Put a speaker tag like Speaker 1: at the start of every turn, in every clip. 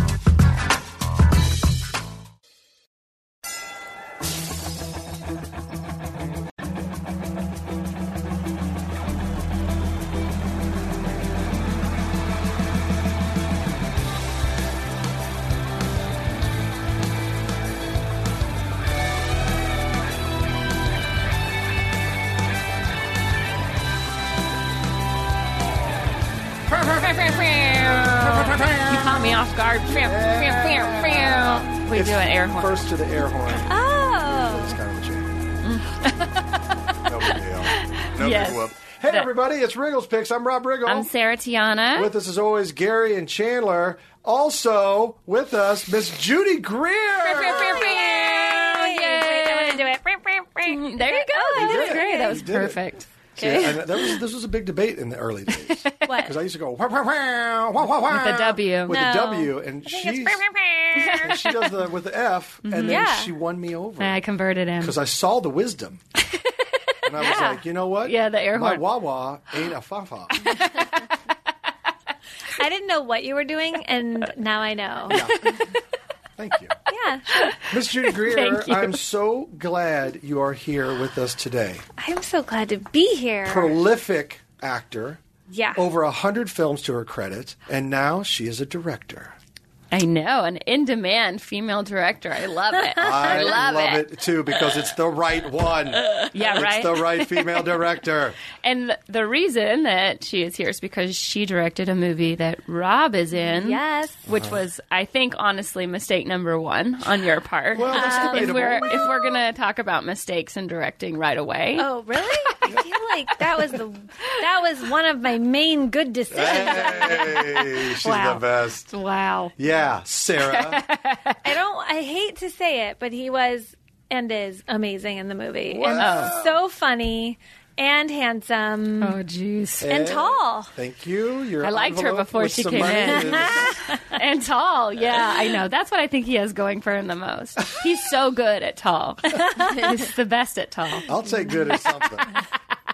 Speaker 1: You caught me off guard. We
Speaker 2: It's
Speaker 1: do an air horn.
Speaker 2: First to the air horn.
Speaker 1: oh.
Speaker 2: It's kind of a shame. no big deal. No
Speaker 1: Yes.
Speaker 2: big whoop. Hey,
Speaker 1: That-
Speaker 2: everybody. It's Wriggles Picks. I'm Rob Riggle.
Speaker 1: I'm Sarah Tiana.
Speaker 2: with us, as always, Gary and Chandler. Also with us, Miss Judy Greer.
Speaker 1: Yay. There you go.
Speaker 2: did
Speaker 1: That was
Speaker 2: it.
Speaker 1: great. That was
Speaker 2: You did it.
Speaker 1: perfect.
Speaker 2: See, and that was, this was a big debate in the early days.
Speaker 1: What?
Speaker 2: Because I used to go, wah, wah, wah, wah, wah, wah,
Speaker 1: With a W.
Speaker 2: With
Speaker 1: No.
Speaker 2: a W. And
Speaker 1: Mm-hmm.
Speaker 2: she's, and she does the with the F, and then
Speaker 1: Yeah.
Speaker 2: she won me over.
Speaker 1: I converted him.
Speaker 2: because I saw the wisdom. And I was like, you know what?
Speaker 1: Yeah, the air
Speaker 2: My
Speaker 1: horn.
Speaker 2: Wawa ain't a fafa.
Speaker 3: I didn't know what you were doing, and now I know.
Speaker 2: Thank you.
Speaker 3: Yeah, sure.
Speaker 2: Miss Judy Greer,
Speaker 1: Thank you.
Speaker 2: I'm so glad you are here with us today.
Speaker 3: I'm so glad to be here.
Speaker 2: Prolific actor.
Speaker 3: Yeah.
Speaker 2: Over a hundred films to her credit, and now she is a director.
Speaker 1: I know. An in demand female director. I love it.
Speaker 2: I,
Speaker 1: love
Speaker 2: it. too because it's the right one.
Speaker 1: Yeah, right?
Speaker 2: It's the right female director.
Speaker 1: and the reason that she is here is because she directed a movie that Rob is in.
Speaker 3: Yes.
Speaker 1: Which
Speaker 2: Uh-huh.
Speaker 1: was, I think, honestly, mistake number one on your part.
Speaker 2: Well, that's
Speaker 1: if
Speaker 2: debatable.
Speaker 1: we're if we're gonna talk about mistakes in directing right away,
Speaker 3: Oh, really? I feel like that was the that was one of my main good decisions.
Speaker 2: Hey, she's
Speaker 3: Wow.
Speaker 2: the best.
Speaker 1: wow,
Speaker 2: Yeah, Sarah.
Speaker 3: I don't. I hate to say it, but he was and is amazing in the movie.
Speaker 2: Wow.
Speaker 3: And so funny and handsome
Speaker 1: oh jeez,
Speaker 3: and tall.
Speaker 2: Thank you. Your
Speaker 1: I liked her
Speaker 2: envelope
Speaker 1: before
Speaker 2: with
Speaker 1: she
Speaker 2: some
Speaker 1: came
Speaker 2: money
Speaker 1: in.
Speaker 2: is-
Speaker 1: and tall, yeah, I know. That's what I think he has going for him the most. He's so good at tall. He's the best at tall.
Speaker 2: I'll take good or something.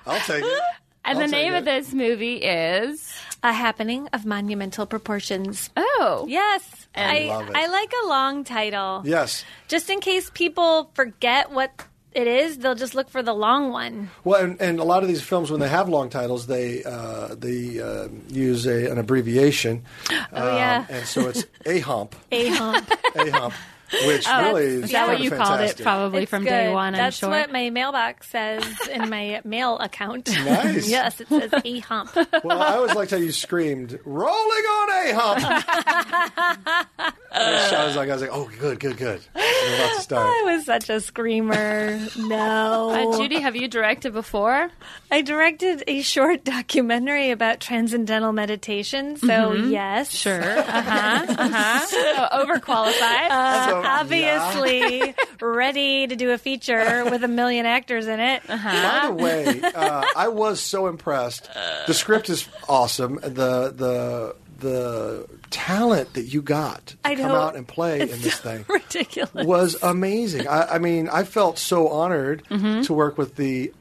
Speaker 2: I'll take it.
Speaker 1: And
Speaker 2: I'll
Speaker 1: the name
Speaker 2: take
Speaker 1: of
Speaker 2: it.
Speaker 1: this movie is
Speaker 3: A happening of monumental proportions.
Speaker 1: oh
Speaker 3: Yes, I
Speaker 2: love it.
Speaker 3: I like a long title.
Speaker 2: Yes.
Speaker 3: just in case people forget what it is, they'll just look for the long one.
Speaker 2: Well, and, and a lot of these films, when they have long titles, they uh, they uh, use a, an abbreviation. Oh,
Speaker 3: yeah.
Speaker 2: And so it's A hump,
Speaker 3: A hump.
Speaker 2: A hump, which really is,
Speaker 1: Oh, Is that what
Speaker 2: kinda
Speaker 1: you called it?
Speaker 2: fantastic.
Speaker 1: Probably
Speaker 3: It's
Speaker 1: from day
Speaker 3: good.
Speaker 1: one.
Speaker 3: That's
Speaker 1: I'm sure.
Speaker 3: what my mailbox says in my mail account.
Speaker 2: Nice.
Speaker 3: yes, it says a hump.
Speaker 2: Well, I always liked how you screamed, "Rolling on A hump." Which I was like, I was like, oh, good, good, good. We're about to
Speaker 3: I
Speaker 2: start.
Speaker 3: was such a screamer. No.
Speaker 1: Uh, Judy, have you directed before?
Speaker 3: I directed a short documentary about transcendental meditation, so yes.
Speaker 1: Sure. Uh huh. Uh huh. So overqualified.
Speaker 2: So,
Speaker 3: Obviously ready to do a feature with a million actors in it.
Speaker 1: Uh-huh.
Speaker 2: By
Speaker 3: Uh-huh.
Speaker 2: the way, uh, I was so impressed. The script is awesome. The the the talent that you got to
Speaker 3: I
Speaker 2: come
Speaker 3: know.
Speaker 2: out and play in this thing
Speaker 3: Ridiculous.
Speaker 2: was amazing. I, I mean, I felt so honored
Speaker 3: Mm-hmm.
Speaker 2: to work with the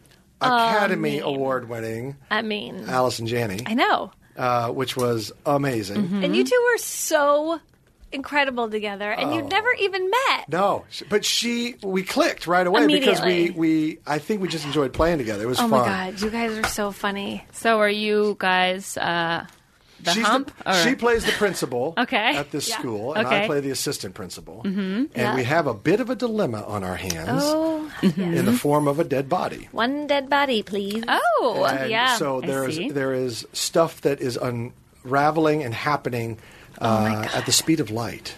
Speaker 2: Academy Award winning
Speaker 3: I mean,
Speaker 2: Allison Janney,
Speaker 3: I Mm-hmm. know.
Speaker 2: uh, which was amazing.
Speaker 3: And you two were so incredible together, and
Speaker 2: Oh.
Speaker 3: you never even met.
Speaker 2: No, sh- but she we clicked right away because we
Speaker 3: Immediately.
Speaker 2: we I think we just enjoyed playing together. It was
Speaker 3: Oh
Speaker 2: fun.
Speaker 3: my god, you guys are so funny.
Speaker 1: So are you guys uh, the
Speaker 2: She's
Speaker 1: hump?
Speaker 2: the- she plays the principal
Speaker 1: Okay.
Speaker 2: at this
Speaker 3: Yeah.
Speaker 2: school, and I
Speaker 1: Okay.
Speaker 2: play the assistant principal. Mm-hmm. And
Speaker 3: Yeah.
Speaker 2: we have a bit of a dilemma on our hands
Speaker 3: Oh, yes.
Speaker 2: in the form of a dead body.
Speaker 3: one dead body, please.
Speaker 1: oh,
Speaker 2: And
Speaker 3: yeah,
Speaker 2: so
Speaker 1: I
Speaker 2: there is
Speaker 1: see.
Speaker 2: there is stuff that is unraveling and happening uh, at the speed of light,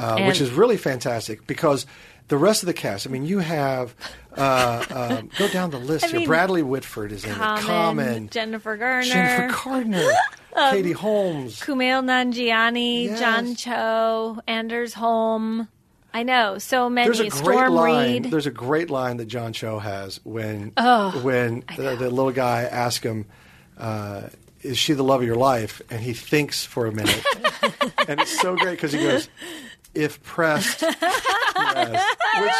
Speaker 2: uh, which
Speaker 1: Oh, And-
Speaker 2: is really fantastic because. The rest of the cast. I mean, you have uh, um, go down the list.
Speaker 3: I
Speaker 2: here.
Speaker 3: mean,
Speaker 2: Bradley Whitford is in it. Common,
Speaker 3: Jennifer Garner,
Speaker 2: Jennifer Gardner,
Speaker 1: Um,
Speaker 2: Katie Holmes,
Speaker 3: Kumail Nanjiani,
Speaker 2: Yes.
Speaker 3: John Cho, Anders Holm. I know so many.
Speaker 2: There's a great
Speaker 3: Storm
Speaker 2: line.
Speaker 3: Reed.
Speaker 2: There's a great line that John
Speaker 3: Oh,
Speaker 2: Cho has when when the, the little guy asks him, uh, is she the love of your life? And he thinks for a minute, and it's so great because he goes, if pressed, yes. which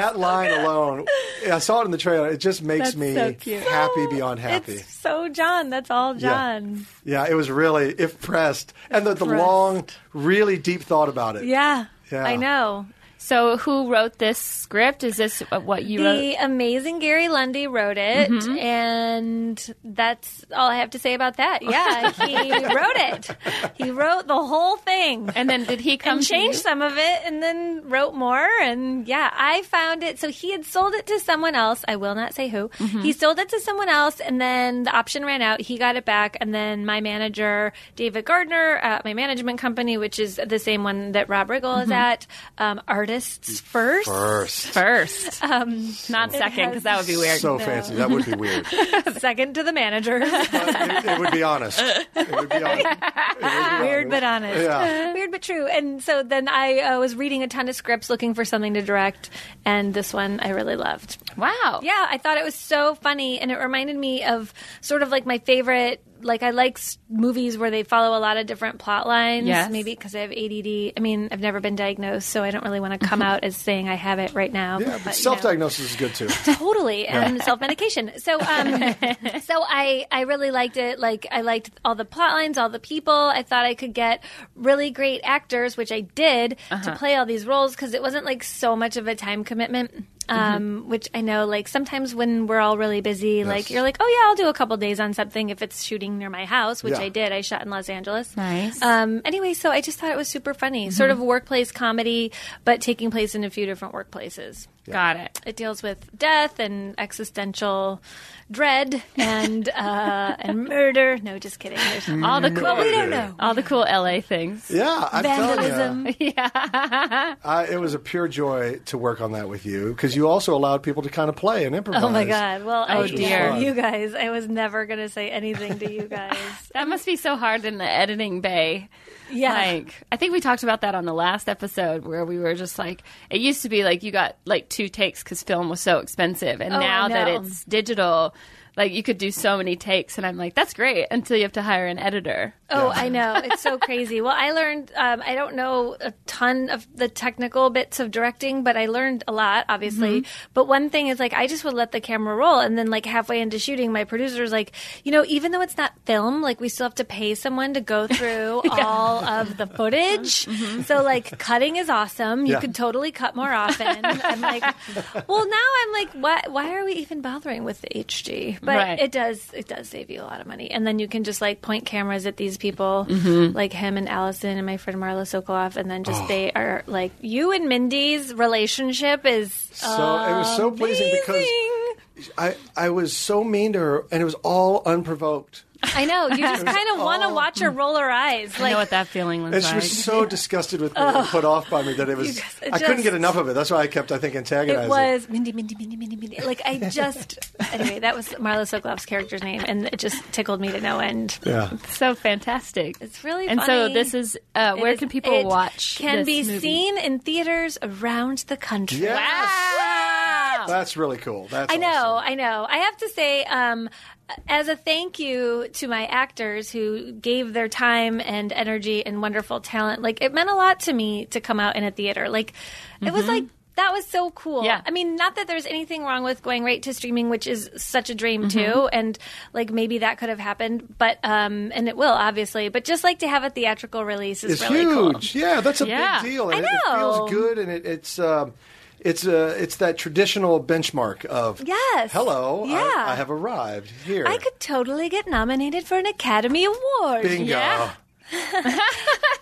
Speaker 2: that line alone, I saw it in the trailer. It just makes
Speaker 1: That's
Speaker 2: me
Speaker 1: so cute.
Speaker 2: happy beyond happy.
Speaker 3: Oh, It's so John. That's all
Speaker 2: Yeah.
Speaker 3: John.
Speaker 2: Yeah, it was really if pressed, and the, the
Speaker 3: Pressed.
Speaker 2: long, really deep thought about it.
Speaker 3: Yeah.
Speaker 2: Yeah.
Speaker 3: I know.
Speaker 1: So, who wrote this script? Is this uh, what you
Speaker 3: The
Speaker 1: wrote?
Speaker 3: amazing Gary Lundy wrote it, and that's all I have to say about that. Yeah, he wrote it. He wrote the whole thing.
Speaker 1: And then did he come
Speaker 3: and
Speaker 1: to you?
Speaker 3: changed some of it and then wrote more and yeah i found it so he had sold it to someone else i will not say who he sold it to someone else and then the option ran out he got it back and then my manager david gardner at my management company which is the same one that rob riggle is at um, artists first,
Speaker 2: First,
Speaker 1: first? Um, Not second, because that would be weird.
Speaker 2: so fancy. That would be weird.
Speaker 3: second to the manager
Speaker 2: it, it would be honest. It would be honest. It would be
Speaker 3: weird but honest
Speaker 2: Yeah.
Speaker 3: weird but true and so then i uh, was reading a ton of scripts looking for something to direct and this one i really loved
Speaker 1: wow.
Speaker 3: Yeah, I thought it was so funny, and it reminded me of sort of like my favorite. Like I like s- movies where they follow a lot of different plot lines.
Speaker 1: Yes.
Speaker 3: Maybe because I have ADD. I mean, I've never been diagnosed, so I don't really want to come out as saying I have it right now.
Speaker 2: Yeah, but
Speaker 3: you
Speaker 2: self
Speaker 3: know
Speaker 2: diagnosis is good too.
Speaker 3: totally and self medication. So um so I I really liked it. Like I liked all the plot lines, all the people. I thought I could get really great actors, which I did, to play all these roles because it wasn't like so much of a time commitment. Um, which I know, like sometimes when we're all really busy, like you're like, oh yeah, I'll do a couple days on something if it's shooting near my house, which
Speaker 2: Yeah.
Speaker 3: I did. I shot in Los Angeles.
Speaker 1: Nice.
Speaker 3: Um, anyway, so I just thought it was super funny, sort of workplace comedy, but taking place in a few different workplaces
Speaker 1: Got it.
Speaker 3: it deals with death and existential dread and uh, and murder. No, just kidding. There's
Speaker 1: All the cool.
Speaker 3: well, we don't know.
Speaker 1: All the cool LA things.
Speaker 2: Yeah, I'm telling
Speaker 3: Vandalism.
Speaker 2: you, Oh, I, it was a pure joy to work on that with you because you also allowed people to kind of play and improvise.
Speaker 3: Oh my god! Well,
Speaker 1: Oh,
Speaker 3: I
Speaker 1: dear.
Speaker 3: you guys, I was never gonna say anything to you guys.
Speaker 1: That must be so hard in the editing bay.
Speaker 3: Yeah,
Speaker 1: Like, I think we talked about that on the last episode where we were just like, it used to be like you got like two takes because film was so expensive. And
Speaker 3: Oh, I
Speaker 1: now that
Speaker 3: know.
Speaker 1: it's digital, like you could do so many takes. And I'm like, that's great until you have to hire an editor.
Speaker 3: Oh, I know. It's so crazy. Well, I learned, um, I don't know a ton of the technical bits of directing, but I learned a lot, obviously. But one thing is, like, I just would let the camera roll. And then, like, halfway into shooting, my producer was like, you know, even though it's not film, like, we still have to pay someone to go through all of the footage. So, like, cutting is awesome. You
Speaker 2: Yeah.
Speaker 3: could totally cut more often. I'm like, well, now I'm like, why, why are we even bothering with the HG? But
Speaker 1: Right.
Speaker 3: it does it does save you a lot of money and then you can just like point cameras at these people like him and allison and my friend marla sokoloff and then just they are like you and mindy's relationship is
Speaker 2: So it was so pleasing because I I was so mean to her and it was all unprovoked.
Speaker 3: i know you just kind of want to watch her roll her eyes
Speaker 1: I
Speaker 3: like
Speaker 1: know what that feeling was
Speaker 2: And she
Speaker 1: like.
Speaker 2: was so disgusted with me and put off by me that it was
Speaker 3: Oh. guys, it
Speaker 2: I couldn't
Speaker 3: just-
Speaker 2: get enough of it. That's why I kept I think antagonizing.
Speaker 3: It was Mindy, Mindy, Mindy, Mindy, Mindy. Like I just anyway, that was Marla Sokoloff's character's name, and it just tickled me to no end.
Speaker 2: Yeah.
Speaker 1: so fantastic.
Speaker 3: It's really
Speaker 1: and
Speaker 3: funny.
Speaker 1: so this is uh,
Speaker 3: It
Speaker 1: where
Speaker 3: is-
Speaker 1: can people
Speaker 3: it
Speaker 1: watch?
Speaker 3: Can
Speaker 1: this
Speaker 3: be
Speaker 1: movie?
Speaker 3: seen in theaters around the country.
Speaker 2: Yes.
Speaker 1: Wow.
Speaker 2: That's really cool. That's
Speaker 3: I know,
Speaker 2: awesome.
Speaker 3: I know. I have to say, um, as a thank you to my actors who gave their time and energy and wonderful talent, like it meant a lot to me to come out in a theater. Like it
Speaker 2: Mm-hmm.
Speaker 3: was like that was so cool.
Speaker 1: Yeah.
Speaker 3: I mean, not that there's anything wrong with going right to streaming, which is such a dream
Speaker 2: Mm-hmm.
Speaker 3: too, and like maybe that could have happened, but um, and it will obviously, but just like to have a theatrical release is
Speaker 2: It's
Speaker 3: really cool.
Speaker 2: huge. Yeah, that's a
Speaker 1: Yeah.
Speaker 2: big deal.
Speaker 3: I
Speaker 2: And it- It,
Speaker 3: know.
Speaker 2: feels good, and it, it's um, it's uh, it's that traditional benchmark of
Speaker 3: Yes.
Speaker 2: hello, I-
Speaker 3: Yeah.
Speaker 2: I, have arrived here.
Speaker 3: I could totally get nominated for an Academy Award.
Speaker 2: bingo.
Speaker 1: Yeah.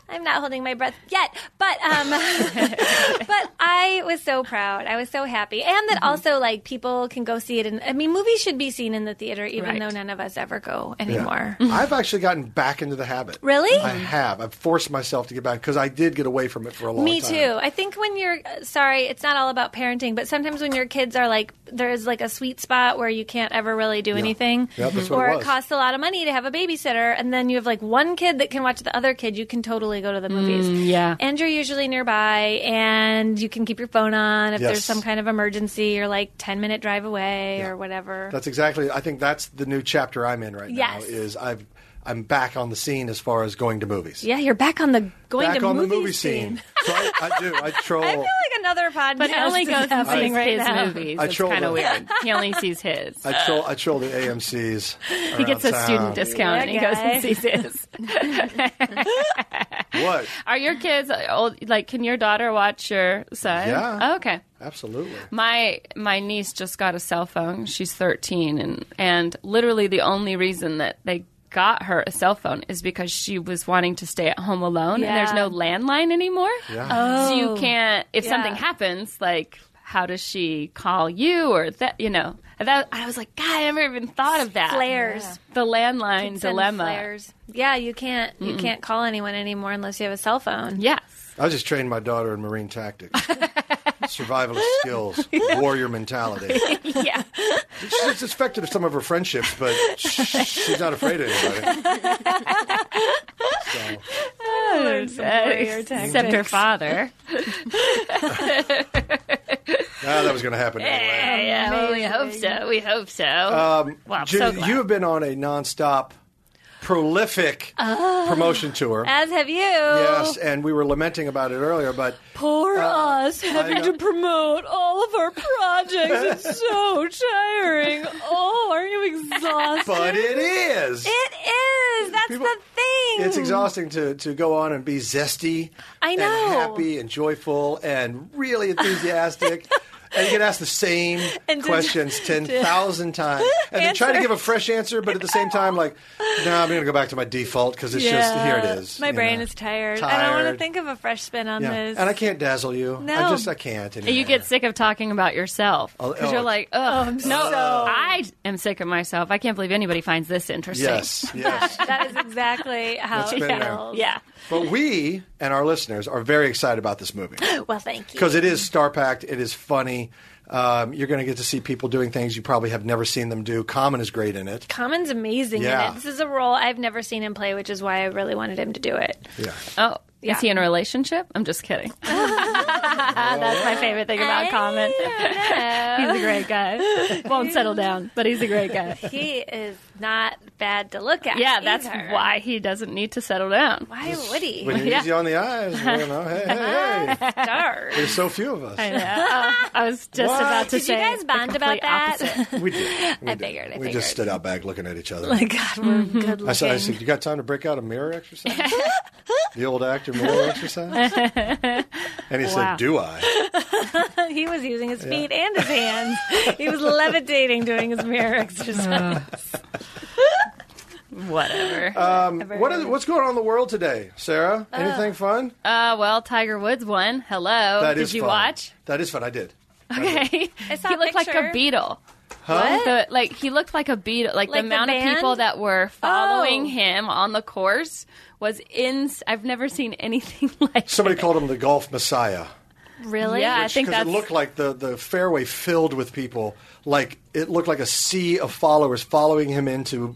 Speaker 3: I'm not holding my breath yet, but um, but I was so proud. I was so happy, and that also like people can go see it. And I mean, movies should be seen in the theater, even
Speaker 1: Right.
Speaker 3: though none of us ever go
Speaker 2: Yeah.
Speaker 3: anymore.
Speaker 2: I've actually gotten back into the habit.
Speaker 3: Really?
Speaker 2: I have. I've forced myself to get back because I did get away from it for a long
Speaker 3: Me
Speaker 2: time.
Speaker 3: too. I think when you're uh, sorry, it's not all about parenting, but sometimes when your kids are like, there's like a sweet spot where you can't ever really do anything,
Speaker 2: Yeah, that's what
Speaker 3: or
Speaker 2: it
Speaker 3: it,
Speaker 2: was.
Speaker 3: costs a lot of money to have a babysitter, and then you have like one kid that can watch the other kid. You can totally go to the movies,
Speaker 1: Mm, yeah.
Speaker 3: and you're usually nearby, and you can keep your phone on if
Speaker 2: Yes.
Speaker 3: there's some kind of emergency or like ten minute drive away
Speaker 2: Yeah.
Speaker 3: or whatever.
Speaker 2: That's exactly. I think that's the new chapter I'm in right now.
Speaker 3: Yes.
Speaker 2: Is I've I'm back on the scene as far as going to movies.
Speaker 3: Yeah, you're back on the going
Speaker 2: back
Speaker 3: to
Speaker 2: on the
Speaker 3: movies
Speaker 2: movie scene. so I, I do. I troll.
Speaker 3: I feel like another podcast,
Speaker 1: But he only
Speaker 3: is
Speaker 1: goes and
Speaker 3: happening
Speaker 1: sees
Speaker 3: right
Speaker 1: his
Speaker 3: now.
Speaker 1: movies.
Speaker 2: I
Speaker 1: It's
Speaker 2: troll
Speaker 1: kind of
Speaker 2: them.
Speaker 1: weird. He only sees his.
Speaker 2: I troll. I troll the AMC's.
Speaker 1: Uh, He gets a student
Speaker 3: Yeah,
Speaker 1: discount and he goes and sees his.
Speaker 2: What?
Speaker 1: Are your kids old? Like, can your daughter watch your son?
Speaker 2: Yeah.
Speaker 1: Oh, okay.
Speaker 2: Absolutely.
Speaker 1: My my niece just got a cell phone. She's 13 and and literally the only reason that they got her a cell phone is because she was wanting to stay at home alone and there's
Speaker 3: Yeah. Oh.
Speaker 1: no landline anymore.
Speaker 2: Yeah.
Speaker 1: So you can't if
Speaker 3: Yeah.
Speaker 1: something happens like how does she call you or that you know. And That, I was like, God, I never even thought of that.
Speaker 3: Flares.
Speaker 1: The landline
Speaker 3: Send
Speaker 1: dilemma.
Speaker 3: flares. Yeah, you can't you can't call anyone anymore unless you have a cell phone.
Speaker 1: Yes.
Speaker 2: I just trained my daughter in marine tactics, survivalist skills, warrior mentality.
Speaker 1: Yeah.
Speaker 2: She's affected some of her friendships, but sh- she's not afraid of anybody. ah, So,
Speaker 1: Except her father.
Speaker 2: ah, that was going to happen anyway.
Speaker 1: yeah, well, we hope so. We hope so. Um, well, I'm so
Speaker 2: Judy,
Speaker 1: glad.
Speaker 2: you have been on a nonstop, prolific
Speaker 1: Oh.
Speaker 2: promotion tour.
Speaker 3: As have you.
Speaker 2: Yes, and we were lamenting about it earlier, but
Speaker 3: Poor
Speaker 2: Uh,
Speaker 3: us
Speaker 2: I
Speaker 3: having
Speaker 2: know.
Speaker 3: to promote all of our projects. It's so tiring. Oh, aren't you exhausted?
Speaker 2: but it is.
Speaker 3: it is. That's
Speaker 2: People-
Speaker 3: the thing.
Speaker 2: It's exhausting to, to go on and be zesty
Speaker 3: Hmm. I know.
Speaker 2: and happy and joyful and really enthusiastic. and you get asked the same
Speaker 3: And to-
Speaker 2: questions 10,000 times. And then try to
Speaker 3: Answer.
Speaker 2: give a fresh answer, but at the same time, like, no, I'm going to go back to my default because it's just, here it is.
Speaker 3: My
Speaker 2: you
Speaker 3: brain
Speaker 2: know.
Speaker 3: is tired. I don't want to
Speaker 2: Tired.
Speaker 3: think of a fresh spin on
Speaker 2: Yeah.
Speaker 3: this.
Speaker 2: And I can't dazzle you. I
Speaker 3: No.
Speaker 2: just, I can't. Anymore.
Speaker 1: you get sick of talking about yourself
Speaker 2: Oh,
Speaker 1: because
Speaker 2: oh.
Speaker 1: you're like, ugh,
Speaker 3: I'm
Speaker 1: no,
Speaker 3: so-
Speaker 1: I am sick of myself. I can't believe anybody finds this interesting.
Speaker 2: Yes, yes.
Speaker 3: that is exactly how
Speaker 2: That's
Speaker 3: it
Speaker 2: been there.
Speaker 3: feels.
Speaker 1: Yeah.
Speaker 2: but we and our listeners are very excited about this movie.
Speaker 3: Well, thank you.
Speaker 2: because it is star packed. It is funny. Um, you're going to get to see people doing things you probably have never seen them do. Common is great in it.
Speaker 3: Common's amazing
Speaker 2: Yeah.
Speaker 3: in it. This is a role I've never seen him play, which is why I really wanted him to do it.
Speaker 2: Yeah,
Speaker 1: Oh,
Speaker 3: Yeah.
Speaker 1: is he in a relationship? I'm just kidding. That's my favorite thing about Common. he's a great guy. Won't settle down, but he's a great guy.
Speaker 3: He is not bad to look at.
Speaker 1: Yeah, that's
Speaker 3: either.
Speaker 1: why he doesn't need to settle down.
Speaker 3: Why would he?
Speaker 2: when you're
Speaker 1: Yeah.
Speaker 2: easy on the eyes, you know, hey, hey, hey.
Speaker 3: Darn.
Speaker 2: There's so few of us.
Speaker 1: I know. Oh, I was just
Speaker 2: What?
Speaker 1: about to
Speaker 3: Did
Speaker 1: say.
Speaker 3: you guys
Speaker 1: the
Speaker 3: bond about
Speaker 1: complete
Speaker 3: that?
Speaker 1: opposite.
Speaker 2: We did. We
Speaker 3: I
Speaker 2: did.
Speaker 3: figured, I
Speaker 2: we just
Speaker 3: figured.
Speaker 2: stood out back looking at each other.
Speaker 3: My God, we're good looking.
Speaker 2: I said, I said, you got time to break out a mirror exercise? the old actor mirror exercise? And he
Speaker 1: Wow.
Speaker 2: said, do I?
Speaker 3: he was using his feet and his hands. he was levitating doing his mirror
Speaker 2: Uh,
Speaker 3: exercise.
Speaker 1: Whatever.
Speaker 2: What is, what's going on in the world today, Sarah? Anything fun?
Speaker 1: Uh, well, Tiger Woods won. Hello.
Speaker 2: That
Speaker 1: Did
Speaker 2: is
Speaker 1: you
Speaker 2: fun.
Speaker 1: watch?
Speaker 2: That is fun. I did.
Speaker 1: Okay.
Speaker 3: saw
Speaker 1: he
Speaker 3: a
Speaker 1: looked like a
Speaker 3: picture.
Speaker 1: beetle.
Speaker 2: Huh?
Speaker 1: The, like he looked like a beetle. Like,
Speaker 3: Like
Speaker 1: the
Speaker 3: the
Speaker 1: amount of
Speaker 3: band?
Speaker 1: people that were following
Speaker 3: Oh.
Speaker 1: him on the course was in. I've never seen anything like.
Speaker 2: Somebody called him the golf messiah.
Speaker 3: really?
Speaker 1: Yeah, I
Speaker 2: Which-
Speaker 1: think
Speaker 2: 'cause
Speaker 1: that's
Speaker 2: it looked like the, the fairway filled with people. Like it looked like a sea of followers following him into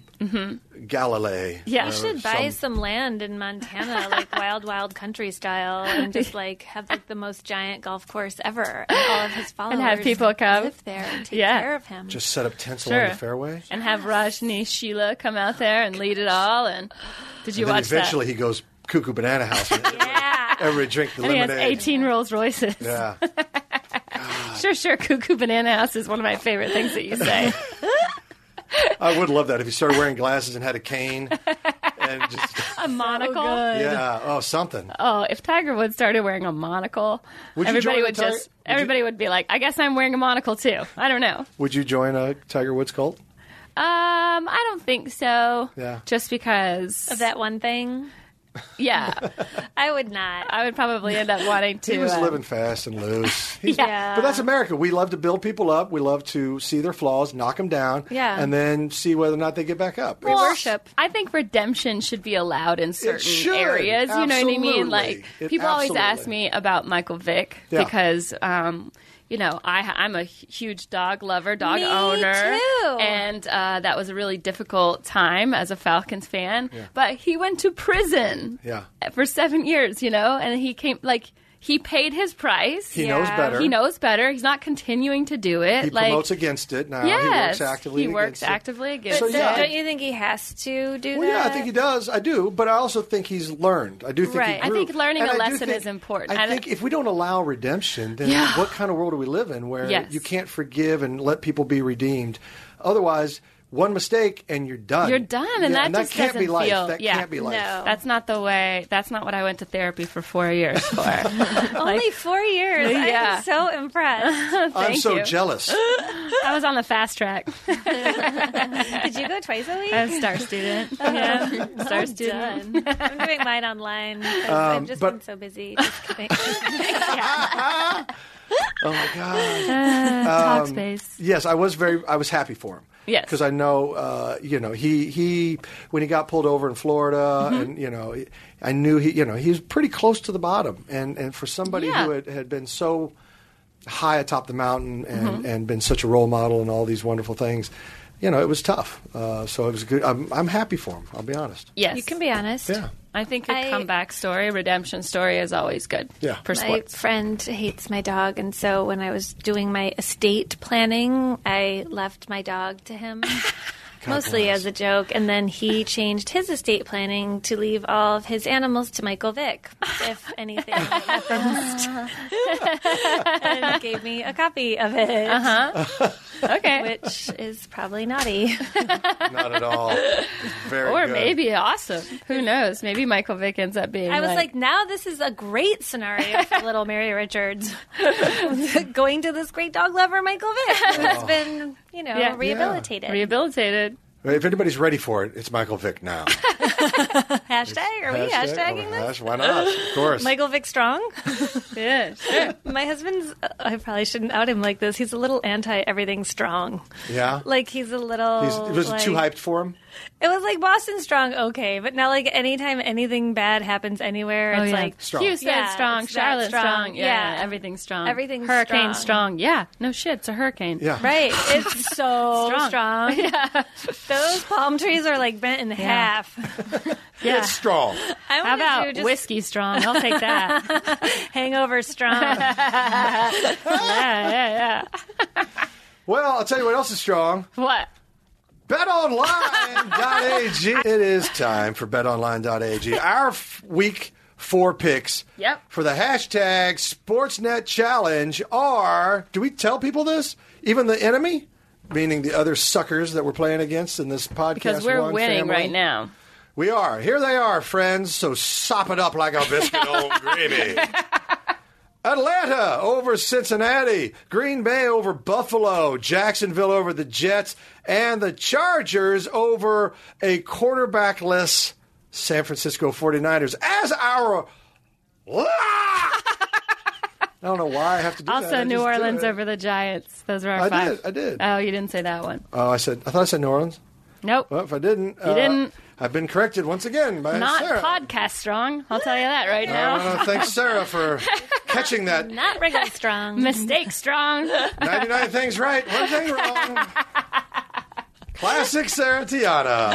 Speaker 2: Galilee.
Speaker 1: Mm-hmm. Yeah.
Speaker 2: or
Speaker 1: You
Speaker 3: should buy
Speaker 2: some-
Speaker 3: some land in Montana, like wild, wild country style, and just like have like the most giant golf course ever, and all of his followers
Speaker 1: have people come.
Speaker 3: live there and take
Speaker 1: Yeah.
Speaker 3: care of him.
Speaker 2: just set up tents
Speaker 1: Sure.
Speaker 2: along the fairway.
Speaker 1: and have Rajni Sheila come out there and lead it all. And did you
Speaker 2: And then
Speaker 1: watch
Speaker 2: eventually he goes cuckoo banana house. and
Speaker 3: yeah.
Speaker 2: Everybody drink the
Speaker 1: that? And he has
Speaker 2: lemonade.
Speaker 1: 18 Rolls Royces.
Speaker 2: Yeah.
Speaker 1: Sure, sure. Cuckoo Banana House is one of my favorite things that you say.
Speaker 2: I would love that if he started wearing glasses and had a cane and just
Speaker 1: a monocle.
Speaker 2: yeah, oh something.
Speaker 1: Oh, if Tiger Woods started wearing a monocle,
Speaker 2: Would you
Speaker 1: everybody
Speaker 2: join
Speaker 1: would
Speaker 2: the Tiger-
Speaker 1: just
Speaker 2: would you-
Speaker 1: everybody would be like, "I guess I'm wearing a monocle too." I don't know.
Speaker 2: Would you join a Tiger Woods cult?
Speaker 1: Um, I don't think so.
Speaker 2: Yeah.
Speaker 1: Just because,
Speaker 3: Of that one thing,
Speaker 1: yeah,
Speaker 3: I would not.
Speaker 1: I would probably end up wanting to.
Speaker 2: He was
Speaker 1: uh,
Speaker 2: living fast and loose. He
Speaker 3: Yeah.
Speaker 2: But that's America. We love to build people up. We love to see their flaws, knock them down,
Speaker 3: Yeah.
Speaker 2: and then see whether or not they get back up.
Speaker 1: well,
Speaker 2: It's-
Speaker 3: worship.
Speaker 1: I think redemption should be allowed in certain
Speaker 2: should.
Speaker 1: areas. You know what I mean? Like
Speaker 2: Absolutely. It-
Speaker 1: people always ask
Speaker 2: absolutely.
Speaker 1: me about Michael Vick
Speaker 2: Yeah.
Speaker 1: because, um, you know, I, I'm a hu- huge dog lover, dog
Speaker 3: Me
Speaker 1: owner,
Speaker 3: too.
Speaker 1: and uh, that was a really difficult time as a Falcons fan. But he went to prison
Speaker 2: Yeah.
Speaker 1: for seven years, you know, and he came like. He paid his price.
Speaker 2: He knows
Speaker 3: Yeah.
Speaker 2: better.
Speaker 1: He knows better. He's not continuing to do it.
Speaker 2: He
Speaker 1: like,
Speaker 2: promotes against it now.
Speaker 1: yes,
Speaker 2: he works actively.
Speaker 1: He works
Speaker 2: against it.
Speaker 1: actively against
Speaker 2: So,
Speaker 1: it.
Speaker 2: yeah, I-
Speaker 3: don't you think he has to do
Speaker 2: Well,
Speaker 3: that?
Speaker 2: yeah, I think he does. I do, but I also think he's learned. I do think.
Speaker 3: Right.
Speaker 2: He
Speaker 3: I
Speaker 2: grew.
Speaker 1: think learning
Speaker 2: And
Speaker 1: a
Speaker 2: I do
Speaker 1: lesson
Speaker 2: think-
Speaker 1: is important.
Speaker 2: I,
Speaker 1: I don't-
Speaker 2: think if we don't allow redemption, then
Speaker 1: Yeah.
Speaker 2: what kind of world do we live in where
Speaker 1: Yes.
Speaker 2: you can't forgive and let people be redeemed? Otherwise, one mistake and you're done.
Speaker 1: You're done, and
Speaker 2: Yeah,
Speaker 1: that
Speaker 2: and
Speaker 1: just
Speaker 2: can't be
Speaker 1: doesn't
Speaker 2: life.
Speaker 1: feel-
Speaker 2: That
Speaker 1: yeah.
Speaker 2: can't be life.
Speaker 3: No.
Speaker 1: That's not the way. That's not what I went to therapy for four years for.
Speaker 3: Only four years.
Speaker 1: Yeah.
Speaker 3: I'm so impressed.
Speaker 2: I'm so
Speaker 1: you.
Speaker 2: jealous. Oh,
Speaker 1: I was on the fast track.
Speaker 3: Did you go twice a week?
Speaker 1: I was a star student. Yeah, star student.
Speaker 3: Oh, Done. I'm doing mine online. 'cause I've just
Speaker 2: but-
Speaker 3: been so busy. Just kidding.
Speaker 2: oh my god. Um,
Speaker 1: Talk space.
Speaker 2: Yes, I was very. I was happy for him.
Speaker 1: Yes.
Speaker 2: because I know, uh, you know, he he when he got pulled over in Florida,
Speaker 1: Mm-hmm.
Speaker 2: and you know, he- I knew he, you know, he was pretty close to the bottom, and and for somebody
Speaker 1: Yeah.
Speaker 2: who had, had been so high atop the mountain and
Speaker 1: Mm-hmm.
Speaker 2: and been such a role model and all these wonderful things, you know, it was tough. Uh, so it was good. I'm I'm happy for him. I'll be honest.
Speaker 1: Yes,
Speaker 3: You can be honest.
Speaker 2: Yeah.
Speaker 1: I think a
Speaker 3: I-
Speaker 1: comeback story, redemption story, is always good.
Speaker 2: Yeah.
Speaker 1: for
Speaker 3: My
Speaker 1: sports.
Speaker 3: friend hates my dog, and so when I was doing my estate planning, I left my dog to him. Mostly
Speaker 2: bless.
Speaker 3: as a joke, and then he changed his estate planning to leave all of his animals to Michael Vick, if anything happens, and gave me a copy of it,
Speaker 1: okay,
Speaker 3: which is probably naughty.
Speaker 2: Not at all. Very
Speaker 1: or
Speaker 2: good.
Speaker 1: maybe awesome. Who knows? Maybe Michael Vick ends up being.
Speaker 3: I was like, now this is a great scenario for little Mary Richards going to this great dog lover, Michael Vick, who has been, you know,
Speaker 1: Oh. Yeah.
Speaker 3: rehabilitated.
Speaker 1: rehabilitated.
Speaker 2: If anybody's ready for it, it's Michael Vick now.
Speaker 3: Hashtag? Are we
Speaker 2: Hashtag-
Speaker 3: hashtagging
Speaker 2: oh,
Speaker 3: this?
Speaker 2: hash- Why not? Of course.
Speaker 3: Michael Vick strong.
Speaker 1: Yeah, sure.
Speaker 3: My husband's. uh, I probably shouldn't out him like this. He's a little anti everything strong.
Speaker 2: yeah.
Speaker 3: Like he's a little.
Speaker 2: He's, was it
Speaker 3: like,
Speaker 2: too hyped for him?
Speaker 3: It was like Boston strong, okay, but now like anytime anything bad happens anywhere,
Speaker 1: Oh,
Speaker 3: it's like
Speaker 2: Strong.
Speaker 1: Houston
Speaker 3: Yeah,
Speaker 1: strong,
Speaker 3: it's that
Speaker 1: Charlotte strong.
Speaker 3: strong.
Speaker 1: Yeah,
Speaker 3: Yeah.
Speaker 1: everything's strong.
Speaker 3: Everything's
Speaker 1: hurricane
Speaker 3: strong.
Speaker 1: Yeah, no shit, it's a hurricane.
Speaker 2: Yeah.
Speaker 3: Right. It's so
Speaker 1: Strong.
Speaker 3: strong. Those palm trees are like bent in half.
Speaker 1: yeah.
Speaker 2: It's strong.
Speaker 3: I
Speaker 1: How
Speaker 3: want to do
Speaker 1: about
Speaker 3: just
Speaker 1: whiskey strong? I'll take that.
Speaker 3: hangover strong.
Speaker 1: yeah, yeah, yeah.
Speaker 2: Well, I'll tell you what else is strong.
Speaker 1: What?
Speaker 2: BetOnline.ag. it is time for BetOnline.ag. Our f- week four picks
Speaker 1: Yep.
Speaker 2: for the hashtag Sportsnet Challenge are. Do we tell people this? Even the enemy? Meaning the other suckers that we're playing against in this podcast.
Speaker 1: Because we're
Speaker 2: One
Speaker 1: winning
Speaker 2: family?
Speaker 1: right now.
Speaker 2: We are. Here they are, friends. So sop it up like a biscuit on gravy. Atlanta over Cincinnati, Green Bay over Buffalo, Jacksonville over the Jets, and the Chargers over a quarterbackless San Francisco 49ers as our I don't know why I have to do that. I
Speaker 1: Also, New
Speaker 2: just did
Speaker 1: Orleans
Speaker 2: it.
Speaker 1: over the Giants. Those were our
Speaker 2: I
Speaker 1: five.
Speaker 2: did. I did.
Speaker 1: Oh, you didn't say that one.
Speaker 2: oh, I said. I thought I said New Orleans.
Speaker 1: Nope.
Speaker 2: Well, if I didn't, you
Speaker 1: didn't.
Speaker 2: I've been corrected once again by
Speaker 1: Not
Speaker 2: Sarah.
Speaker 1: podcast strong. I'll tell you that right
Speaker 2: I
Speaker 1: now.
Speaker 2: want to thank Sarah for catching that
Speaker 3: Not regular strong.
Speaker 1: Mistake strong.
Speaker 2: 99 things right, one thing wrong. Classic Sarah Tiana.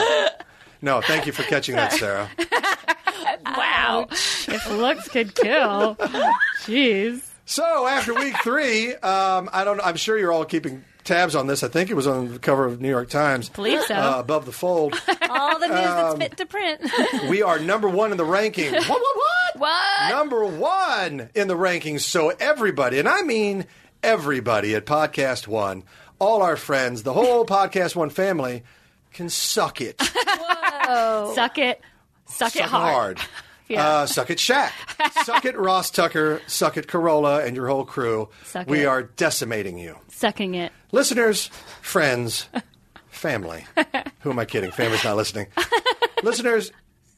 Speaker 2: No, thank you for catching that, Sarah.
Speaker 1: Wow. if looks could kill. Jeez.
Speaker 2: So after week three, um, I don't. I'm sure you're all keeping tabs on this. I think it was on the cover of New York Times.
Speaker 1: Believe so.
Speaker 2: Uh, above the fold,
Speaker 3: All the news
Speaker 2: Um,
Speaker 3: that's fit to print.
Speaker 2: we are number one in the rankings. What? What? What?
Speaker 1: What?
Speaker 2: Number one in the rankings. So everybody, and I mean everybody at Podcast One, all our friends, the whole Podcast One family, can suck it.
Speaker 1: Suck it. Suck,
Speaker 2: suck
Speaker 1: it hard. Yeah.
Speaker 2: Uh, suck it Shaq. suck it Ross Tucker. Suck it Corolla and your whole crew.
Speaker 1: Suck
Speaker 2: we
Speaker 1: it.
Speaker 2: are decimating you.
Speaker 1: Sucking it.
Speaker 2: Listeners, friends, family. Who am I kidding? Family's not listening. Listeners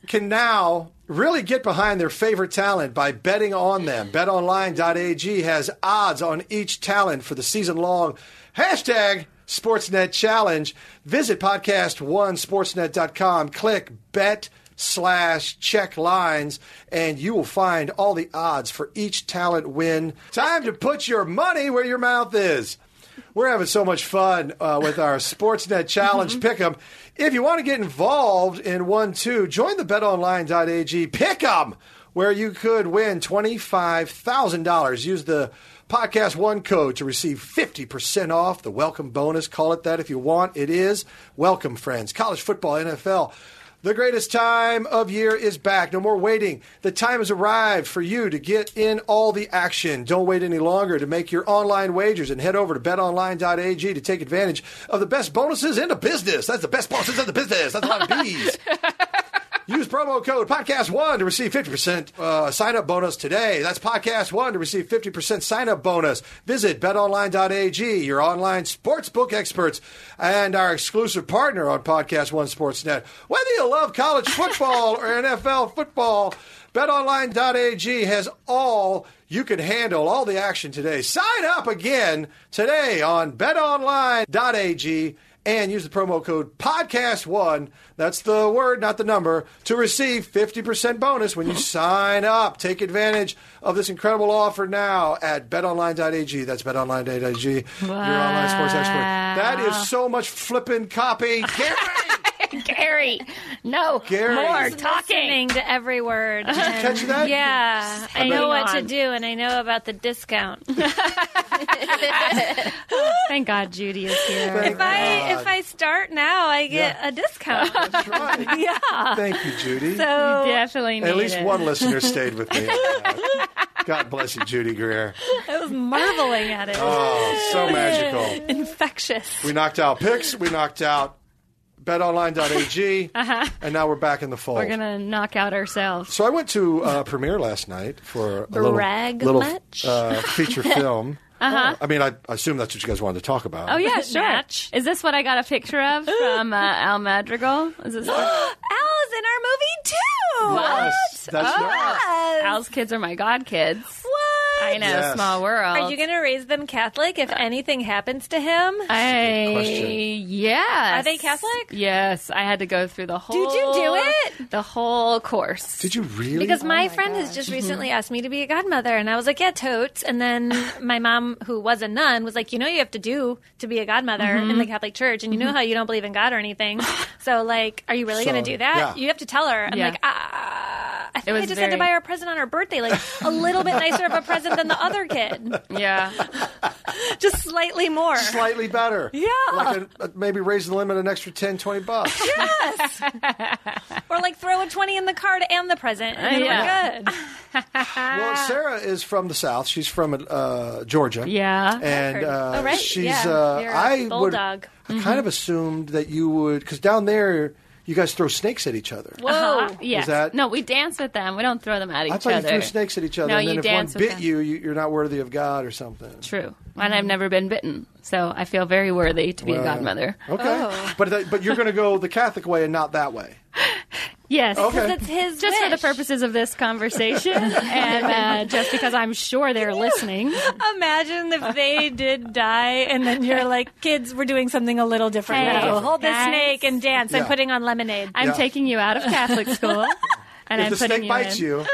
Speaker 2: can now really get behind their favorite talent by betting on them. BetOnline.ag has odds on each talent for the season long. Hashtag Sportsnet Challenge. Visit podcast one sportsnet.com. Click bet slash check lines and you will find all the odds for each talent win. Time to put your money where your mouth is. We're having so much fun uh, with our Sportsnet Challenge Pick'em. If you want to get involved in one too, join the BetOnline.ag Pick'em, where you could win $25,000. Use the Podcast One code to receive 50% off the welcome bonus. Call it that if you want. It is welcome, friends. College football, NFL. The greatest time of year is back. No more waiting. The time has arrived for you to get in all the action. Don't wait any longer to make your online wagers and head over to betonline.ag to take advantage of the best bonuses in the business. That's the best bonuses in the business. That's a lot of bees. Use promo code podcast1 to receive 50% uh, sign up bonus today. That's podcast1 to receive 50% sign up bonus. Visit betonline.ag, your online sportsbook experts, and our exclusive partner on Podcast One Sportsnet. Whether you love college football or NFL football, betonline.ag has all you can handle, all the action today. Sign up again today on betonline.ag and use the promo code podcast1 that's the word not the number to receive 50% bonus when you sign up take advantage of this incredible offer now at betonline.ag that's betonline.ag your online sports expert that is so much flippin' copy Gary!
Speaker 1: Gary, no
Speaker 2: Gary.
Speaker 1: more
Speaker 2: He's
Speaker 1: talking.
Speaker 3: listening to every word. Did
Speaker 2: catch that?
Speaker 3: Yeah, I
Speaker 1: bet-
Speaker 3: know what to do, and I know about the discount.
Speaker 2: Oh
Speaker 1: Thank God Judy is here.
Speaker 3: if I if I start now, I get
Speaker 2: Yeah.
Speaker 3: a discount.
Speaker 2: That's right.
Speaker 3: yeah.
Speaker 2: thank you judy
Speaker 3: So
Speaker 1: Definitely need
Speaker 2: at least
Speaker 1: it.
Speaker 2: one listener stayed with me god bless you judy greer
Speaker 3: I was marveling at it.
Speaker 2: oh so magical
Speaker 3: Infectious.
Speaker 2: We knocked out picks. We knocked out betonline.ag. And now we're back in the fold.
Speaker 1: Uh-huh. We're gonna knock out ourselves.
Speaker 2: so I went to uh, premiere last night for a little,
Speaker 3: Brag
Speaker 2: little
Speaker 3: much?
Speaker 2: Uh, feature film. Uh-huh. I mean, I, I assume that's what you guys wanted to talk about.
Speaker 1: Oh yeah, sure.
Speaker 3: Match.
Speaker 1: Is this what I got a picture of from uh, Al Madrigal? Is this
Speaker 3: Al's in our movie too.
Speaker 2: Yes, that's right.
Speaker 1: Oh! Al's kids are my god kids?
Speaker 3: What?
Speaker 1: I know,
Speaker 2: Yes.
Speaker 1: small world.
Speaker 3: Are you going to raise them Catholic if anything happens to him?
Speaker 1: I
Speaker 2: question.
Speaker 1: yes. Oh
Speaker 3: Are they Catholic?
Speaker 1: Yes, I had to go through the whole.
Speaker 3: you do it?
Speaker 1: The whole course.
Speaker 2: Did you really?
Speaker 3: Because my, friend has
Speaker 1: Mm-hmm.
Speaker 3: just recently asked me to be a godmother, and I was like, "Yeah, totes." And then my mom, who was a nun, was like, "You know, you have to do to be a godmother
Speaker 1: Mm-hmm.
Speaker 3: in the Catholic Church, and you know how you don't believe in God or anything. So, like, are you really
Speaker 2: So,
Speaker 3: going to do that?
Speaker 2: yeah.
Speaker 3: You have to tell her." I'm
Speaker 1: Yeah.
Speaker 3: like, "Ah." I think I
Speaker 1: was
Speaker 3: just had to
Speaker 1: very-
Speaker 3: buy her a present on her birthday, like a little bit nicer of a present than the other kid,
Speaker 1: yeah.
Speaker 3: just slightly more.
Speaker 2: slightly better? Yeah. Like a, uh, maybe raise the limit an extra 10, 20 bucks.
Speaker 3: or like throw a 20 in the card and the present. And then
Speaker 1: Yeah.
Speaker 3: we're good.
Speaker 2: Well,
Speaker 1: Ah.
Speaker 2: Sarah is from the South. She's from uh, Georgia.
Speaker 1: Yeah.
Speaker 2: and uh,
Speaker 3: Oh, right.
Speaker 2: she's
Speaker 3: Yeah.
Speaker 2: uh,
Speaker 3: You're a
Speaker 2: I would I
Speaker 3: bulldog.
Speaker 2: kind of
Speaker 1: Mm-hmm.
Speaker 2: assumed that you would because down there you guys throw snakes at each other.
Speaker 3: Whoa.
Speaker 1: Yes.
Speaker 2: Oh. Was that-
Speaker 1: No, we dance with them. We don't throw them at each
Speaker 2: I thought
Speaker 1: other.
Speaker 2: you threw snakes at each other,
Speaker 1: No,
Speaker 2: and then
Speaker 1: you
Speaker 2: if
Speaker 1: dance
Speaker 2: one
Speaker 1: with
Speaker 2: bit
Speaker 1: them.
Speaker 2: you, you, you're not worthy of God or something.
Speaker 1: True. And I've never been bitten, so I feel very worthy to be a godmother.
Speaker 2: Okay, but that, but you're going to go the Catholic way and not that way.
Speaker 1: Yes.
Speaker 2: Okay.
Speaker 3: That's his
Speaker 1: Just for the
Speaker 3: wish.
Speaker 1: purposes of this conversation, and uh, just because I'm sure they're listening.
Speaker 3: Imagine if they did die, and then you're like, kids, we're doing something a little different.
Speaker 1: Hey,
Speaker 3: now. Hold this
Speaker 1: guys.
Speaker 3: snake and dance.
Speaker 2: Yeah.
Speaker 3: I'm putting on lemonade.
Speaker 1: I'm
Speaker 2: Yeah.
Speaker 1: taking you out of Catholic school, and I'm
Speaker 2: if the
Speaker 1: putting you
Speaker 2: snake bites
Speaker 1: in.
Speaker 2: you,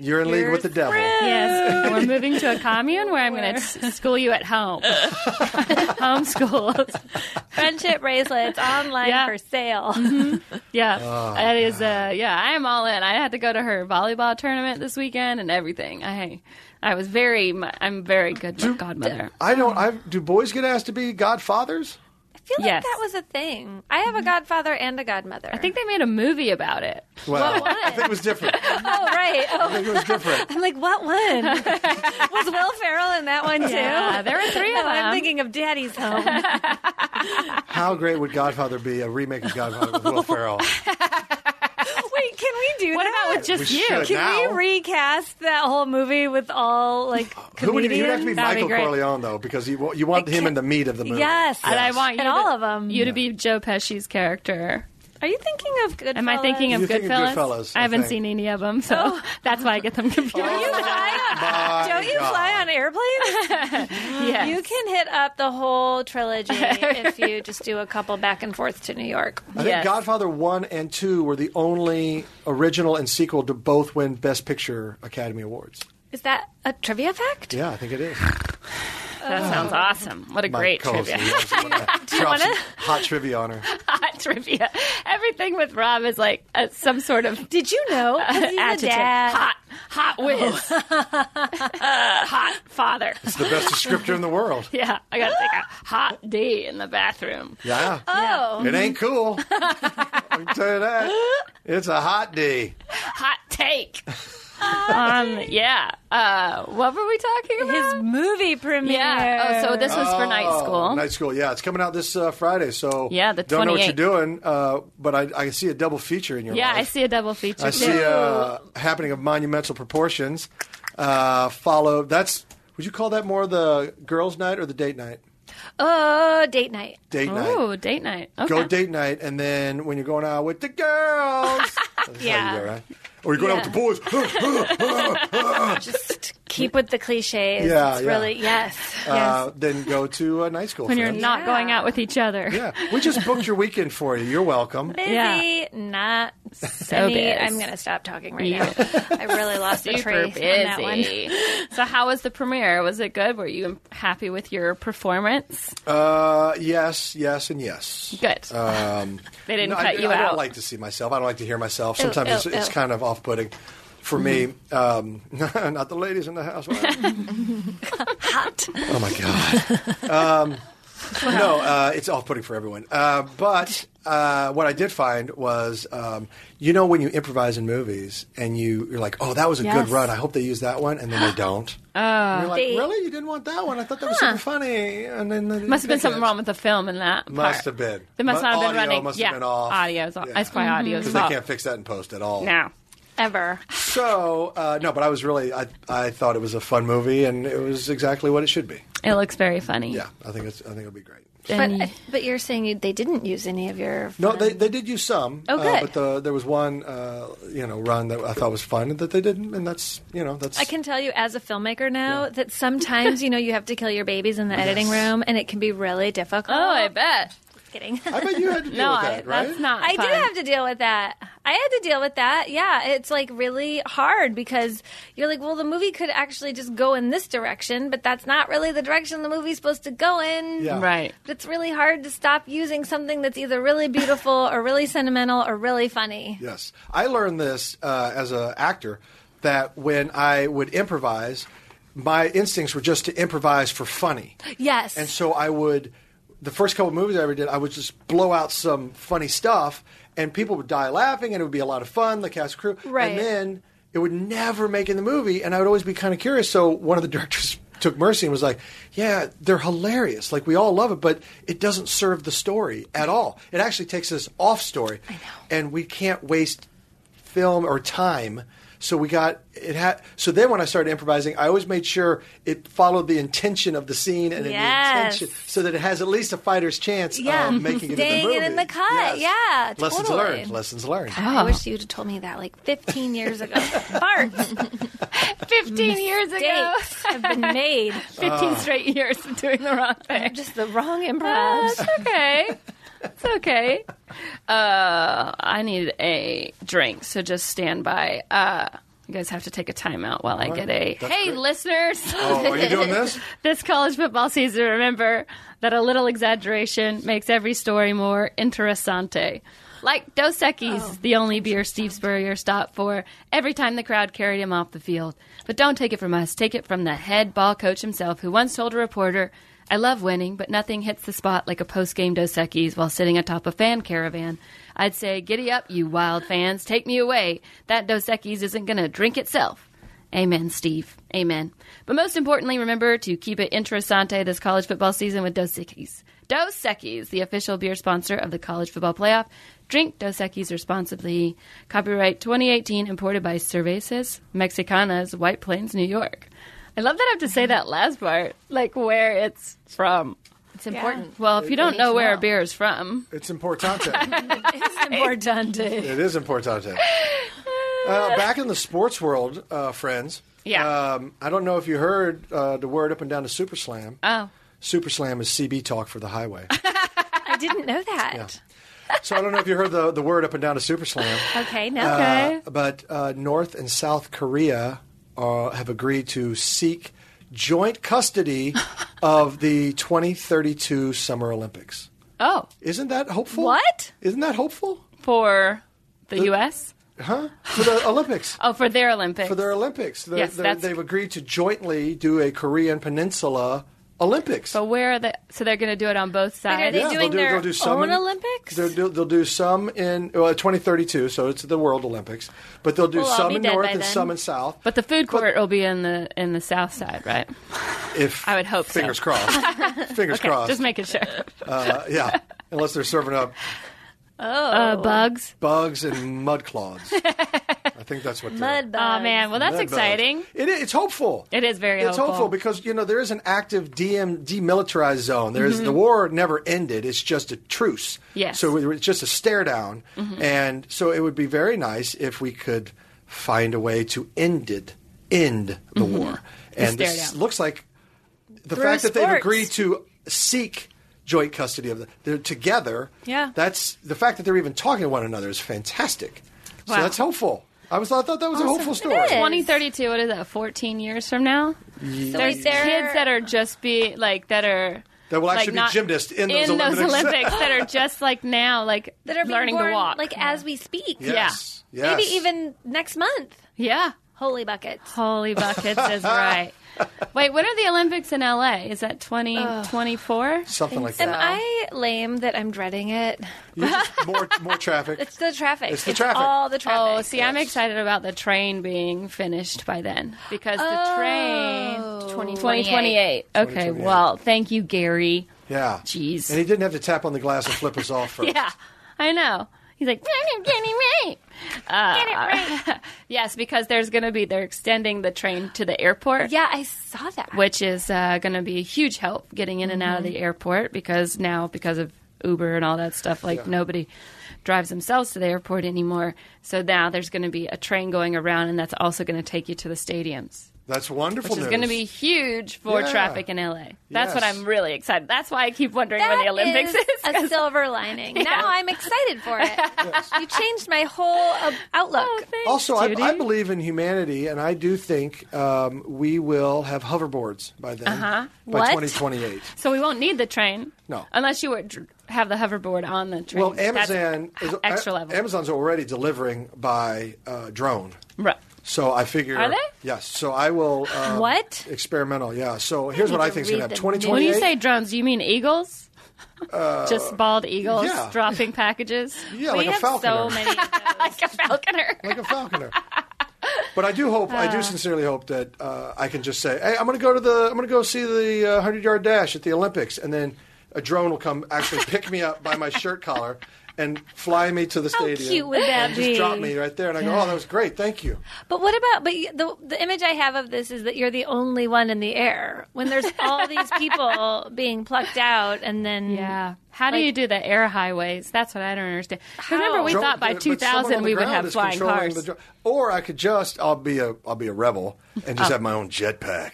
Speaker 2: you're in league with the devil.
Speaker 1: Yes, and we're moving to a commune where I'm going to school you at home, homeschooled.
Speaker 3: Friendship bracelets online
Speaker 1: Yeah.
Speaker 3: for sale.
Speaker 1: Yeah,
Speaker 2: Oh,
Speaker 1: that is. Uh, yeah, I am all in. I had to go to her volleyball tournament this weekend and everything. I, I was very. mu- I'm very good with godmother.
Speaker 2: I don't. I do. Boys get asked to be godfathers.
Speaker 3: I feel like
Speaker 1: Yes.
Speaker 3: that was a thing. I have a godfather and a godmother.
Speaker 1: I think they made a movie about it.
Speaker 2: Well, I think it was different. I
Speaker 3: Oh right. Oh,
Speaker 2: think it was different.
Speaker 3: I'm like, what one? was Will Ferrell in that one too?
Speaker 1: Yeah, there were three of
Speaker 3: No, I'm
Speaker 1: them.
Speaker 3: thinking of Daddy's Home.
Speaker 2: How great would Godfather be? A remake of Godfather with Will Ferrell.
Speaker 3: Wait, can we do
Speaker 1: What
Speaker 3: that?
Speaker 1: about with just
Speaker 2: We
Speaker 1: you?
Speaker 2: should.
Speaker 3: Can
Speaker 2: Now?
Speaker 3: we recast that whole movie with all like comedians?
Speaker 2: Who would you would have to be
Speaker 1: That'd be
Speaker 2: Michael
Speaker 1: great.
Speaker 2: Corleone though, because you want- you want
Speaker 3: I
Speaker 2: him in
Speaker 3: can't-
Speaker 2: the meat of the movie.
Speaker 3: Yes.
Speaker 1: And I want you
Speaker 3: And
Speaker 1: to,
Speaker 3: all of 'em.
Speaker 1: You to be Joe Pesci's character.
Speaker 3: Are you thinking of Goodfellas?
Speaker 1: Am I thinking of
Speaker 2: You're thinking of
Speaker 1: Goodfellas?
Speaker 2: Goodfellas, I
Speaker 1: I haven't
Speaker 2: think.
Speaker 1: seen any of them, so
Speaker 4: Oh.
Speaker 1: that's why I get them confused.
Speaker 3: Don't you fly?
Speaker 2: My
Speaker 3: Don't you
Speaker 2: God.
Speaker 3: fly on airplanes?
Speaker 1: Yes.
Speaker 3: You can hit up the whole trilogy if you just do a couple back and forth to New York.
Speaker 2: I think
Speaker 1: Yes.
Speaker 2: Godfather One and Two were the only original and sequel to both win Best Picture Academy Awards.
Speaker 3: Is that a trivia fact?
Speaker 2: Yeah, I think it is.
Speaker 4: Oh.
Speaker 1: that sounds awesome. What a
Speaker 2: My
Speaker 1: great
Speaker 2: co-host
Speaker 1: trivia.
Speaker 2: loves it. Drop some hot trivia on her.
Speaker 1: Hot trivia. Everything with Rob is like uh, some sort of
Speaker 4: Did you know? 'Cause he's a
Speaker 1: adjective.
Speaker 4: dad. Oh.
Speaker 1: Hot, hot whiz, Uh, hot father.
Speaker 2: It's the best descriptor in the world.
Speaker 1: Yeah, I gotta take a hot D in the bathroom.
Speaker 2: Yeah.
Speaker 3: Oh,
Speaker 2: It ain't cool. I can tell you that. It's a hot day.
Speaker 1: Hot take. um, yeah. Uh, what were we talking about?
Speaker 4: His movie premiere.
Speaker 1: yeah. Oh, so this was for night
Speaker 2: Oh,
Speaker 1: school.
Speaker 2: Night school, yeah. It's coming out this uh, Friday, so
Speaker 1: Yeah, the
Speaker 2: don't know what you're
Speaker 1: 28th.
Speaker 2: doing, uh, but I, I see a double feature in your
Speaker 1: yeah, I
Speaker 2: life.
Speaker 1: see a double feature.
Speaker 2: I see uh, happening of monumental proportions. Uh, follow that's would you call that more the girls' night or the date night?
Speaker 3: oh, date night.
Speaker 2: Date night.
Speaker 1: Ooh, date night. Okay.
Speaker 2: Go date night, and then when you're going out with the girls, that's how you
Speaker 3: Yeah.
Speaker 2: go, right? Or you're going out with the boys.
Speaker 3: Just keep with the cliches.
Speaker 2: Yeah,
Speaker 3: it's
Speaker 2: yeah.
Speaker 3: really yes.
Speaker 2: uh, then go to uh, night school
Speaker 1: when
Speaker 2: for
Speaker 1: you're
Speaker 2: that.
Speaker 1: not
Speaker 3: Yeah.
Speaker 1: going out with each other.
Speaker 2: Yeah, we just booked your weekend for you. You're welcome.
Speaker 3: Busy,
Speaker 1: Yeah.
Speaker 3: not so
Speaker 1: biz.
Speaker 3: I'm gonna stop talking right
Speaker 1: Yeah.
Speaker 3: now. I really lost the
Speaker 1: Super
Speaker 3: trace on that one.
Speaker 1: busy. so, how was the premiere? Was it good? Were you happy with your performance?
Speaker 2: Uh, yes, yes, and yes.
Speaker 1: Good.
Speaker 2: Um,
Speaker 1: They didn't
Speaker 2: no,
Speaker 1: cut
Speaker 2: I,
Speaker 1: you
Speaker 2: I
Speaker 1: out.
Speaker 2: don't like to see myself. I don't like to hear myself. Sometimes
Speaker 3: ew,
Speaker 2: it's, it's
Speaker 3: ew.
Speaker 2: kind of off-putting for me. Um,
Speaker 1: Mm-hmm.
Speaker 2: not the ladies in the house. Hot. Oh my god. Um, no, uh, it's off-putting for everyone. Uh, but uh, what I did find was, um, you know, when you improvise in movies and you, you're like, oh, that was a
Speaker 4: Yes.
Speaker 2: good run. I hope they use that one, and then they don't.
Speaker 1: Oh,
Speaker 2: And you're like,
Speaker 3: They-
Speaker 2: really? You didn't want that one? I thought that was super funny. And then they
Speaker 1: Must have been something
Speaker 2: wrong.
Speaker 1: wrong with the film in that.
Speaker 2: Must
Speaker 1: part.
Speaker 2: have been.
Speaker 1: They must
Speaker 2: Mu-
Speaker 1: not have been
Speaker 2: audio
Speaker 1: running.
Speaker 2: Must
Speaker 1: yeah,
Speaker 2: have been off.
Speaker 1: audio's off. That's probably audio's
Speaker 2: Because
Speaker 1: fault.
Speaker 2: they can't fix that in post at all.
Speaker 1: No.
Speaker 3: Ever.
Speaker 2: So uh, no, but I was really I I thought it was a fun movie and it was exactly what it should be.
Speaker 1: It looks very funny.
Speaker 2: Yeah, I think it's I think it'll be great.
Speaker 3: But, uh,
Speaker 1: And
Speaker 3: but you're saying you, they didn't use any of your.
Speaker 2: No,
Speaker 3: fun-
Speaker 2: they they did use some.
Speaker 3: Oh,
Speaker 2: Uh,
Speaker 3: good.
Speaker 2: but the, there was one uh, you know run that I thought was fun that they didn't, and that's you know that's
Speaker 3: I can tell you as a filmmaker now that sometimes you know you have to kill your babies in the editing room, and it can be really difficult.
Speaker 1: oh, I bet.
Speaker 3: kidding.
Speaker 2: I bet you had to deal
Speaker 1: No,
Speaker 2: with
Speaker 1: I-
Speaker 2: that, right?
Speaker 1: that's not.
Speaker 3: I
Speaker 1: fun.
Speaker 3: did have to deal with that. I had to deal with that. Yeah, it's like really hard because you're like, well, the movie could actually just go in this direction, but that's not really the direction the movie's supposed to go in.
Speaker 2: Yeah.
Speaker 1: Right.
Speaker 3: But it's really hard to stop using something that's either really beautiful or really sentimental or really funny.
Speaker 2: Yes, I learned this uh, as an actor that when I would improvise, my instincts were just to improvise for funny.
Speaker 3: Yes.
Speaker 2: And so I would, the first couple of movies I ever did, I would just blow out some funny stuff, and people would die laughing, and it would be a lot of fun, the cast crew.
Speaker 3: Right.
Speaker 2: And then it would never make in the movie, and I would always be kind of curious. So one of the directors took mercy and was like, Yeah, they're hilarious. Like, we all love it, but it doesn't serve the story at all. It actually takes us off story. I know. And we can't waste film or time. So we got it had so then when I started improvising, I always made sure it followed the intention of the scene and
Speaker 3: Yes.
Speaker 2: the intention so that it has at least a fighter's chance
Speaker 3: Yeah.
Speaker 2: of making it in
Speaker 3: Staying
Speaker 2: the
Speaker 3: it
Speaker 2: movie.
Speaker 3: in the cut. Yeah,
Speaker 2: Lessons
Speaker 3: totally.
Speaker 2: learned. Lessons learned.
Speaker 3: I wish you'd have told me that like 15 years ago. Bart,
Speaker 1: 15 years ago.
Speaker 3: dates have been made.
Speaker 1: 15
Speaker 2: Uh.
Speaker 1: straight years of doing the wrong thing.
Speaker 3: Just the wrong
Speaker 1: Uh,
Speaker 3: improv.
Speaker 1: it's okay. It's okay. Uh, I need a drink, so just stand by. Uh, you guys have to take a timeout while I get a.
Speaker 2: That's
Speaker 1: hey,
Speaker 2: great.
Speaker 1: listeners!
Speaker 2: Oh, are you doing this?
Speaker 1: this college football season, remember that a little exaggeration makes every story more interessante. Like Dos Equis, the only beer Steve Spurrier stopped for every time the crowd carried him off the field. But don't take it from us. Take it from the head ball coach himself, who once told a reporter, I love winning, but nothing hits the spot like a post game Dos Equis while sitting atop a fan caravan. I'd say, Giddy up, you wild fans. Take me away. That Dos Equis isn't going to drink itself. Amen, Steve. Amen. But most importantly, remember to keep it interessante this college football season with Dos Equis. Dos Equis, the official beer sponsor of the college football playoff. Drink Dos Equis responsibly. Copyright 2018, imported by Cervezas Mexicanas, White Plains, New York. I love that I have to say that last part, like where it's from.
Speaker 4: It's important.
Speaker 1: Well, if you don't
Speaker 4: need
Speaker 1: know
Speaker 4: to
Speaker 1: where a
Speaker 4: know.
Speaker 1: beer is from,
Speaker 2: It's importante.
Speaker 4: Importante.
Speaker 2: it is importante. Uh, back in the sports world, uh, friends.
Speaker 1: Yeah.
Speaker 2: Um, I don't know if you heard uh, the word up and down to Super Slam.
Speaker 1: oh,
Speaker 2: Super Slam is CB talk for the highway.
Speaker 3: I didn't know that.
Speaker 2: so I don't know if you heard the, the word up and down to Super Slam.
Speaker 3: Okay, no.
Speaker 2: Uh, but uh, North and South Korea uh, have agreed to seek joint custody of the 2032 Summer Olympics.
Speaker 1: Oh,
Speaker 2: Isn't that hopeful?
Speaker 3: What?
Speaker 2: Isn't that hopeful?
Speaker 1: for the U.S.
Speaker 2: Huh? For the Olympics.
Speaker 1: Oh, for their Olympics.
Speaker 2: For their Olympics. They're,
Speaker 1: Yes,
Speaker 2: they're-
Speaker 1: that's-
Speaker 2: they've agreed to jointly do a Korean Peninsula Olympics.
Speaker 1: but where are they? So they're going to do it on both sides.
Speaker 3: are they
Speaker 2: Yeah, they'll
Speaker 3: doing
Speaker 2: do-
Speaker 3: their
Speaker 2: they'll do some
Speaker 3: own
Speaker 2: in-
Speaker 3: Olympics?
Speaker 2: They'll do, they'll do some in well, 2032, so it's the World Olympics. But they'll do
Speaker 3: We'll all
Speaker 2: some
Speaker 3: be
Speaker 2: in
Speaker 3: dead
Speaker 2: North
Speaker 3: by
Speaker 2: and
Speaker 3: then.
Speaker 2: some in South.
Speaker 1: But the food court will be in the in the south side, right?
Speaker 2: if
Speaker 1: I would hope so.
Speaker 2: fingers crossed. fingers
Speaker 1: Okay,
Speaker 2: crossed.
Speaker 1: just making sure.
Speaker 2: uh, yeah, unless they're serving up
Speaker 1: Uh,
Speaker 3: Oh.
Speaker 1: bugs.
Speaker 2: bugs and mud clods. I think that's what they're-
Speaker 3: Mud
Speaker 1: Oh
Speaker 3: bugs.
Speaker 1: man, well that's
Speaker 2: mud bugs.
Speaker 1: exciting.
Speaker 2: It is, it's hopeful.
Speaker 1: It is very
Speaker 2: It's hopeful.
Speaker 1: hopeful.
Speaker 2: because you know there is an active DM, demilitarized zone. There's the war never ended. It's just a truce.
Speaker 1: Yes.
Speaker 2: So it- it's just a stare down, and so it would be very nice if we could find a way to end it, end the war. And
Speaker 1: stare
Speaker 2: this
Speaker 1: down.
Speaker 2: looks like the
Speaker 3: Through
Speaker 2: fact that they've
Speaker 3: sports.
Speaker 2: agreed to seek joint custody of the they're together.
Speaker 3: Yeah.
Speaker 2: That's the fact that they're even talking to one another is fantastic. So
Speaker 1: Wow.
Speaker 2: that's hopeful. I was I thought that was a hopeful story.
Speaker 3: is.
Speaker 1: 2032. What is that? 14 years from now?
Speaker 3: So
Speaker 1: There's
Speaker 3: wait, they're-
Speaker 1: kids that are just be like that are
Speaker 2: That will
Speaker 1: like,
Speaker 2: actually be
Speaker 1: not-
Speaker 2: gymnasts in those Olympics.
Speaker 1: Olympics that are just like now like
Speaker 3: that are being
Speaker 1: learning
Speaker 3: born,
Speaker 1: to walk.
Speaker 3: like as we speak.
Speaker 2: Yes. Yes.
Speaker 3: Maybe even next month.
Speaker 1: yeah,
Speaker 3: Holy buckets.
Speaker 1: holy buckets is right. Wait, when are the Olympics in LA? Is that 2024?
Speaker 2: something like
Speaker 3: Am
Speaker 2: that.
Speaker 3: I lame that I'm dreading it?
Speaker 2: You're just more more traffic.
Speaker 3: It's the traffic.
Speaker 2: It's the traffic.
Speaker 3: all the traffic.
Speaker 1: Oh, see, I'm excited about the train being finished by then because the train 2028. Okay,
Speaker 2: 2028.
Speaker 1: well, thank you, Gary.
Speaker 2: yeah.
Speaker 1: Jeez.
Speaker 2: And he didn't have to tap on the glass and flip us off first.
Speaker 1: Yeah, I know. He's like, "Get it right."
Speaker 3: Get it right.
Speaker 1: Yes, because there's going to be they're extending the train to the airport.
Speaker 3: Yeah, I saw that.
Speaker 1: which is uh, going to be a huge help getting in and out of the airport because now because of Uber and all that stuff, like nobody drives themselves to the airport anymore. So now there's going to be a train going around, and that's also going to take you to the stadiums,
Speaker 2: That's wonderful
Speaker 1: which is
Speaker 2: news.
Speaker 1: going to be huge for
Speaker 2: Yeah.
Speaker 1: traffic in LA. That's what
Speaker 2: Yes.
Speaker 1: I'm really excited. That's why I keep wondering
Speaker 3: That
Speaker 1: where the Olympics is.
Speaker 3: is a silver lining. Now I'm excited for it. You changed my whole uh, outlook.
Speaker 1: thanks,
Speaker 2: also, I,
Speaker 1: Judy.
Speaker 2: I believe in humanity, and I do think um, we will have hoverboards by then, uh-huh. by
Speaker 3: What?
Speaker 2: 2028.
Speaker 1: so we won't need the train,
Speaker 2: No.
Speaker 1: unless you were, have the hoverboard on the train.
Speaker 2: Well,
Speaker 1: That's
Speaker 2: Amazon is
Speaker 1: extra
Speaker 2: A-
Speaker 1: level.
Speaker 2: Amazon's already delivering by uh, drone,
Speaker 1: right.
Speaker 2: so I figure.
Speaker 1: Are they?
Speaker 2: Yes. So I will. Um,
Speaker 3: What?
Speaker 2: Experimental. Yeah. So here's
Speaker 3: need
Speaker 2: what I
Speaker 3: to
Speaker 2: think is going to
Speaker 3: read
Speaker 2: happen.
Speaker 3: the news.
Speaker 2: 2028.
Speaker 1: When you say drones, do you mean eagles? Just bald eagles
Speaker 2: Uh, yeah.
Speaker 1: dropping packages.
Speaker 2: Yeah,
Speaker 1: we
Speaker 2: like a
Speaker 1: have so
Speaker 2: falconer.
Speaker 1: many. like a falconer.
Speaker 2: like a falconer. But I do hope, I do sincerely hope that uh, I can just say, "Hey, I'm going to go to the, I'm going to go see the uh, hundred yard dash at the Olympics," and then a drone will come actually pick me up by my shirt collar and fly me to the
Speaker 3: How
Speaker 2: stadium.
Speaker 3: cute would that
Speaker 2: and Just drop
Speaker 3: be?
Speaker 2: me right there, and I go, "Oh, that was great, thank you."
Speaker 3: But what about? But you- the the image I have of this is that you're the only one in the air when there's all these people being plucked out, and then
Speaker 1: Yeah. How do
Speaker 3: Like-
Speaker 1: you do the air highways? That's what I don't understand. Remember, we
Speaker 2: Drone- uh,
Speaker 1: thought by
Speaker 2: but someone on
Speaker 1: 2000
Speaker 2: the
Speaker 1: we would
Speaker 2: ground
Speaker 1: have
Speaker 2: is
Speaker 1: flying
Speaker 2: controlling
Speaker 1: cars.
Speaker 2: the dro- or I could just, I'll be a, I'll be a rebel and
Speaker 1: Oh.
Speaker 2: just have my own jetpack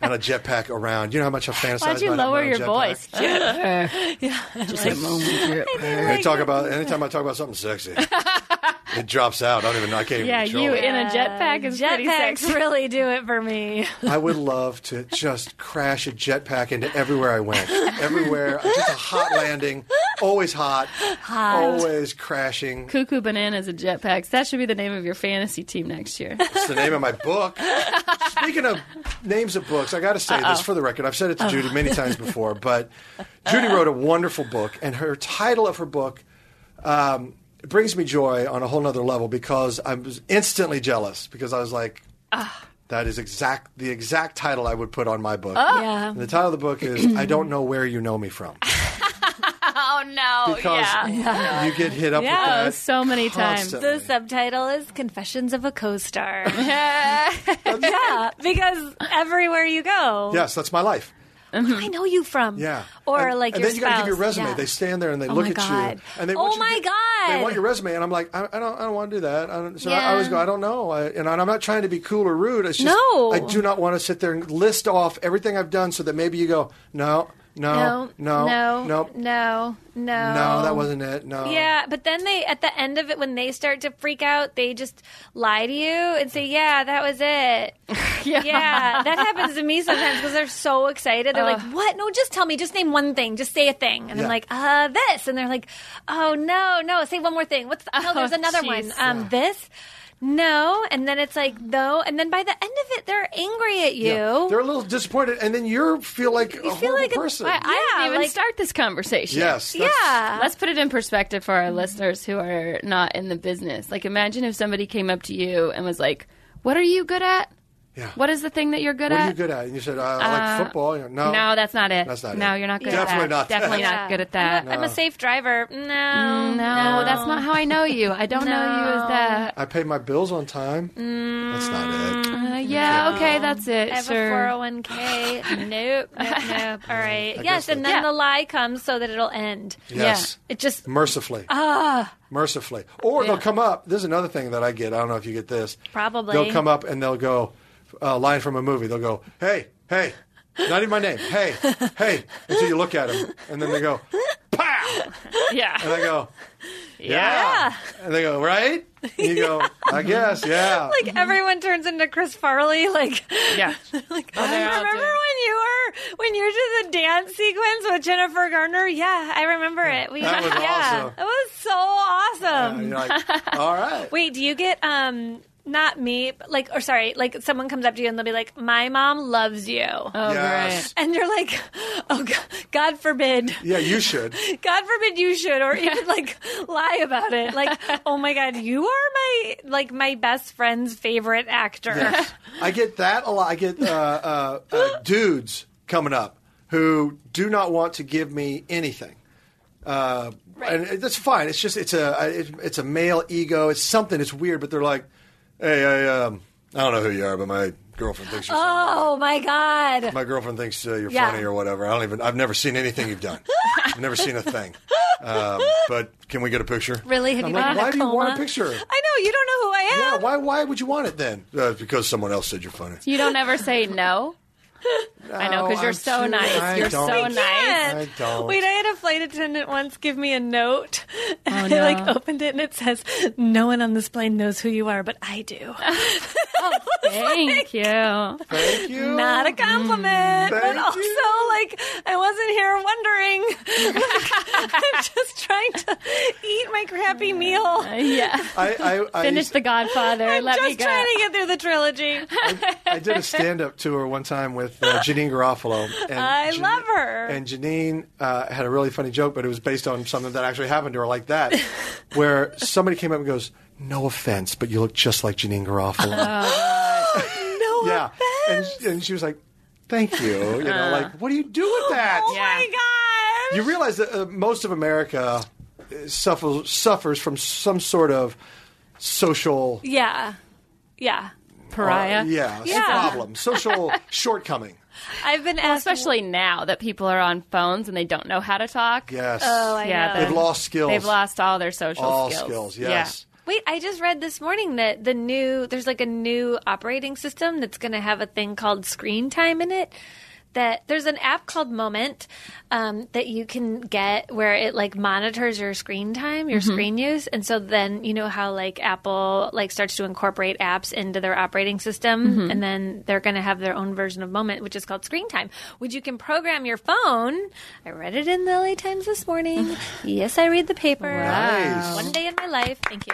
Speaker 2: and a jetpack around. You know how much I fantasize
Speaker 1: Why'd you
Speaker 2: about having
Speaker 1: lower
Speaker 2: my own
Speaker 1: your
Speaker 2: jetpack?
Speaker 1: voice? Just a moment.
Speaker 2: They talk about anytime I talk about something sexy, it drops out. I don't even. know. I can't even.
Speaker 1: Yeah,
Speaker 2: control
Speaker 1: you
Speaker 2: it.
Speaker 1: in a jetpack is pretty
Speaker 3: jetpacks
Speaker 1: sexy.
Speaker 3: really do it for me.
Speaker 2: I would love to just crash a jetpack into everywhere I went. Everywhere, just a hot landing. Always hot. Hot. Always crashing.
Speaker 1: Cuckoo Bananas and Jetpacks. That should be the name of your fantasy team next year.
Speaker 2: It's the name of my book. Speaking of names of books, I got to say this for the record. I've said it to Judy many times before, but Judy wrote a wonderful book, and her title of her book um, it brings me joy on a whole nother level because I was instantly jealous because I was like,
Speaker 1: Ah.
Speaker 2: that is exact the exact title I would put on my book.
Speaker 3: Yeah.
Speaker 2: And the title of the book is I Don't Know Where You Know Me From.
Speaker 1: oh, no.
Speaker 2: Because you get hit up
Speaker 3: Yeah.
Speaker 1: Oh,
Speaker 2: with that.
Speaker 1: so many times.
Speaker 2: constantly.
Speaker 3: The subtitle is "Confessions of a Co-Star." yeah, because everywhere you go,
Speaker 2: Yes, that's my life.
Speaker 3: I know you from.
Speaker 2: Yeah.
Speaker 3: Or
Speaker 2: And-
Speaker 3: like
Speaker 2: and
Speaker 3: your
Speaker 2: then you gotta give your
Speaker 3: spouse.
Speaker 2: resume.
Speaker 3: Yeah.
Speaker 2: They stand there and they
Speaker 3: Oh
Speaker 2: look
Speaker 3: my
Speaker 2: at
Speaker 3: God.
Speaker 2: you. And they
Speaker 3: Oh
Speaker 2: want you
Speaker 3: my
Speaker 2: to- They
Speaker 3: God.
Speaker 2: want your resume, and I'm like, I, I don't, I don't want to do that. I don't, so I- I,
Speaker 3: Yeah.
Speaker 2: always go, I don't know, I, and I'm not trying to be cool or rude. It's just
Speaker 3: No.
Speaker 2: I do not want to sit there and list off everything I've done so that maybe you go, no, No, no,
Speaker 3: no,
Speaker 2: nope.
Speaker 3: no, no.
Speaker 2: No, that wasn't it. No.
Speaker 3: Yeah, but then they at the end of it when they start to freak out, they just lie to you and say, "Yeah, that was it." yeah. that happens to me sometimes because they're so excited. They're like, "What? No, just tell me. Just name one thing. Just say a thing." And
Speaker 2: Yeah.
Speaker 3: I'm like, "Uh, this." And they're like, "Oh no, no, say one more thing. What's the, no? There's another
Speaker 1: jeez.
Speaker 3: one. Um, this." No, and then it's like no, and then by the end of it, they're angry at you.
Speaker 2: Yeah. They're a little disappointed, and then you feel like a
Speaker 3: feel
Speaker 2: horrible
Speaker 3: like a-
Speaker 2: person.
Speaker 1: I, I
Speaker 3: Yeah,
Speaker 1: didn't even
Speaker 3: like-
Speaker 1: start this conversation. Uh,
Speaker 2: yes. that's-
Speaker 3: yeah.
Speaker 1: Let's put it in perspective for our listeners who are not in the business. Like, imagine if somebody came up to you and was like, What are you good at?
Speaker 2: Yeah.
Speaker 1: What is the thing that you're good
Speaker 2: What
Speaker 1: at?
Speaker 2: are you good at? And you said, uh, I like football. And you're, no.
Speaker 1: No, that's not it.
Speaker 2: That's not
Speaker 1: no,
Speaker 2: it.
Speaker 1: you're not good
Speaker 2: Definitely
Speaker 1: at that.
Speaker 2: not.
Speaker 1: Definitely not good at that. Mm,
Speaker 3: I'm a safe driver. No,
Speaker 1: No, that's not how I know you. I don't know you as that.
Speaker 2: I pay my bills on time. That's
Speaker 3: Mm,
Speaker 2: not it.
Speaker 1: Uh, yeah, okay, that's it.
Speaker 3: I have
Speaker 1: sure.
Speaker 3: a 401k. nope, nope, nope. All right. yes,
Speaker 2: guess
Speaker 3: and
Speaker 2: that-
Speaker 3: then
Speaker 1: Yeah.
Speaker 3: the lie comes so that it'll end.
Speaker 2: Yes.
Speaker 3: It just
Speaker 2: Mercifully. Ah. Mercifully. Or they'll come up. This is another thing that I get. I don't know if you get this.
Speaker 3: Probably.
Speaker 2: They'll come up and they'll go, a line from a movie. They'll go, hey, hey. Not even my name. Hey, hey. And so you look at them. And then they go, pow.
Speaker 1: Yeah.
Speaker 2: And I go, yeah. And they go, right? And you go, I guess, yeah.
Speaker 3: like everyone turns into Chris Farley. Like,
Speaker 1: Yeah.
Speaker 3: like
Speaker 1: Oh, they're all
Speaker 3: remember
Speaker 1: doing-
Speaker 3: when you were when you did the dance sequence with Jennifer Garner? Yeah, I remember it. We
Speaker 2: That was
Speaker 3: yeah,
Speaker 2: awesome.
Speaker 3: it was so awesome.
Speaker 2: And you're like, all right.
Speaker 3: Wait, do you get um? Not me, but like, or sorry, like someone comes up to you and they'll be like, "My mom loves you,"
Speaker 1: Oh,
Speaker 2: yes.
Speaker 3: and you're like, "Oh, God, God forbid."
Speaker 2: Yeah, you should.
Speaker 3: God forbid you should, or even like lie about it. Like, oh my God, you are my like my best friend's favorite actor.
Speaker 2: Yes. I get that a lot. I get uh, uh, uh, dudes coming up who do not want to give me anything. Uh, And that's fine. It's just it's a I- it, it's a male ego. It's something. It's weird, but they're like, hey, I um, I don't know who you are, but my girlfriend thinks you're funny.
Speaker 3: Oh my God.
Speaker 2: My girlfriend thinks uh, you're
Speaker 3: Yeah.
Speaker 2: funny or whatever. I don't even. I've never seen anything you've done. I've never seen a thing. Um, but can we get a picture?
Speaker 3: Really? Have
Speaker 2: I'm
Speaker 3: you
Speaker 2: like,
Speaker 3: been in
Speaker 2: why
Speaker 3: a
Speaker 2: do you want a
Speaker 3: coma?
Speaker 2: picture?
Speaker 3: I know you don't know who I am.
Speaker 2: Yeah. Why? Why would you want it then? Uh, because someone else said you're funny.
Speaker 1: You don't ever say no. I know, because
Speaker 2: No,
Speaker 1: you're
Speaker 2: I'm
Speaker 1: so
Speaker 2: too-
Speaker 1: nice.
Speaker 2: I
Speaker 1: you're
Speaker 2: don't-
Speaker 1: so
Speaker 2: I
Speaker 1: nice.
Speaker 2: I don't.
Speaker 3: Wait, I had a flight attendant once give me a note.
Speaker 2: Oh,
Speaker 3: and
Speaker 1: no.
Speaker 3: I like opened it and it says, "No one on this plane knows who you are, but I do."
Speaker 1: Oh, Thank you.
Speaker 2: Thank you.
Speaker 3: Not a compliment, but
Speaker 2: Thank
Speaker 3: also
Speaker 2: you.
Speaker 3: like I wasn't here wondering. Like, I'm just trying to eat my crappy meal.
Speaker 1: Yeah.
Speaker 2: I, I, I,
Speaker 1: Finish The Godfather.
Speaker 3: I'm
Speaker 1: Let
Speaker 3: just
Speaker 1: me go.
Speaker 3: trying to get through the trilogy.
Speaker 2: I did a stand-up tour one time with uh, Janine Garofalo. And
Speaker 3: I
Speaker 2: Janine-
Speaker 3: love her.
Speaker 2: And Janine uh, had a really funny joke, but it was based on something that actually happened to her, like that, where somebody came up and goes, "No offense, but you look just like Janine Garofalo."
Speaker 3: No
Speaker 2: yeah, and, and she was like, "Thank you." You know, like, what do you do with that?
Speaker 3: Oh
Speaker 1: Yeah.
Speaker 3: my god.
Speaker 2: You realize that uh, most of America uh, suffers suffers from some sort of social
Speaker 3: yeah. Yeah.
Speaker 1: Pariah.
Speaker 2: Uh, yeah, s-
Speaker 3: Yeah.
Speaker 2: problem, social shortcoming.
Speaker 3: I've been asked
Speaker 1: Especially now that people are on phones and they don't know how to talk.
Speaker 2: Yes,
Speaker 3: Oh, I
Speaker 1: Yeah,
Speaker 3: know.
Speaker 1: the-
Speaker 2: they've lost skills.
Speaker 1: They've lost all their social
Speaker 2: all
Speaker 1: skills.
Speaker 2: Yes,
Speaker 3: Wait, I just read this morning that the new there's like a new operating system that's going to have a thing called screen time in it. That there's an app called Moment um, that you can get where it like monitors your screen time, your screen use, and so then you know how like Apple like starts to incorporate apps into their operating system, and then they're going to have their own version of Moment, which is called Screen Time, which you can program your phone. I read it in the LA Times this morning. yes, I read the paper.
Speaker 1: Oh.
Speaker 2: Nice.
Speaker 3: One day in my life, thank you.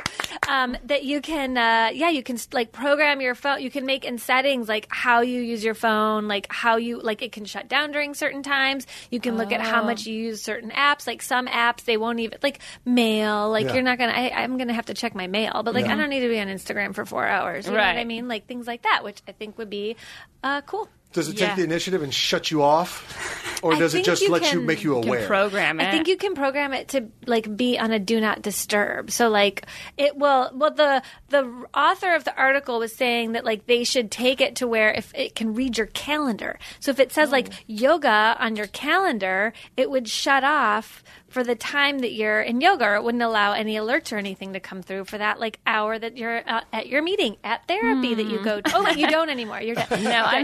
Speaker 3: Um, that you can, uh, yeah, you can like program your phone. You can make in settings like how you use your phone, like how you like it can shut down during certain times. You can look at how much you use certain apps. Like some apps, they won't even like mail. Like
Speaker 2: Yeah.
Speaker 3: you're not gonna. I, I'm gonna have to check my mail, but like I don't need to be on Instagram for four hours. You know
Speaker 1: Right.
Speaker 3: what I mean? Like things like that, which I think would be uh, cool.
Speaker 2: Does it
Speaker 1: Yeah.
Speaker 2: take the initiative and shut you off, or
Speaker 3: I
Speaker 2: does it
Speaker 3: think
Speaker 2: just
Speaker 3: you
Speaker 2: let you
Speaker 3: can-
Speaker 2: make you
Speaker 1: You can
Speaker 2: aware?
Speaker 1: program it.
Speaker 3: I think you can program it to like be on a do not disturb. So like it will. Well, the the author of the article was saying that like they should take it to where if it can read your calendar. So if it says like yoga on your calendar, it would shut off for the time that you're in yoga, or it wouldn't allow any alerts or anything to come through for that like hour that you're uh, at your meeting at therapy that you go to. Oh, you don't anymore. You're good. no,
Speaker 1: I'm
Speaker 3: I can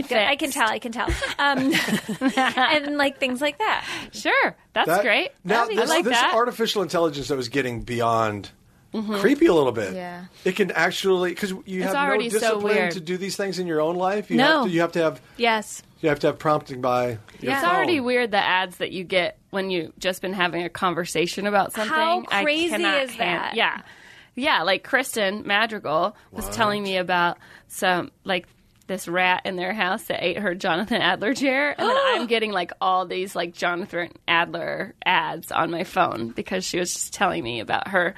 Speaker 1: fixed.
Speaker 3: tell. I can tell. Um, and like things like that.
Speaker 1: Sure, that's
Speaker 2: That-
Speaker 1: great.
Speaker 2: Now
Speaker 1: I
Speaker 2: this,
Speaker 1: like
Speaker 2: this
Speaker 1: that. Mm-hmm.
Speaker 2: artificial intelligence though is getting beyond creepy a little bit.
Speaker 1: Yeah.
Speaker 2: It can actually because you have no
Speaker 1: already so
Speaker 2: discipline
Speaker 1: weird.
Speaker 2: to do these things in your own life. You
Speaker 3: No.
Speaker 2: have to, you have to have
Speaker 3: Yes.
Speaker 2: you have to have prompting by. Your
Speaker 1: it's
Speaker 2: phone.
Speaker 1: already weird the ads that you get when you've just been having a conversation about something.
Speaker 3: How
Speaker 1: I
Speaker 3: crazy
Speaker 1: cannot
Speaker 3: is
Speaker 1: hand-
Speaker 3: that?
Speaker 1: Yeah. Yeah, like Kristen Madrigal was telling me about some like this rat in their house that ate her Jonathan Adler chair and then I'm getting like all these like Jonathan Adler ads on my phone because she was just telling me about her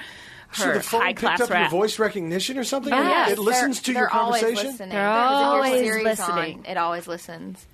Speaker 2: So
Speaker 1: her
Speaker 2: the phone
Speaker 1: high
Speaker 2: picked
Speaker 1: class
Speaker 2: up
Speaker 1: rat.
Speaker 2: your voice recognition or something. and
Speaker 1: Yes.
Speaker 2: It listens to
Speaker 5: They're-
Speaker 2: your
Speaker 5: they're always
Speaker 2: conversation.
Speaker 5: listening.
Speaker 1: They're
Speaker 5: There's a
Speaker 1: always
Speaker 5: World Series
Speaker 1: listening.
Speaker 5: on, It always listens.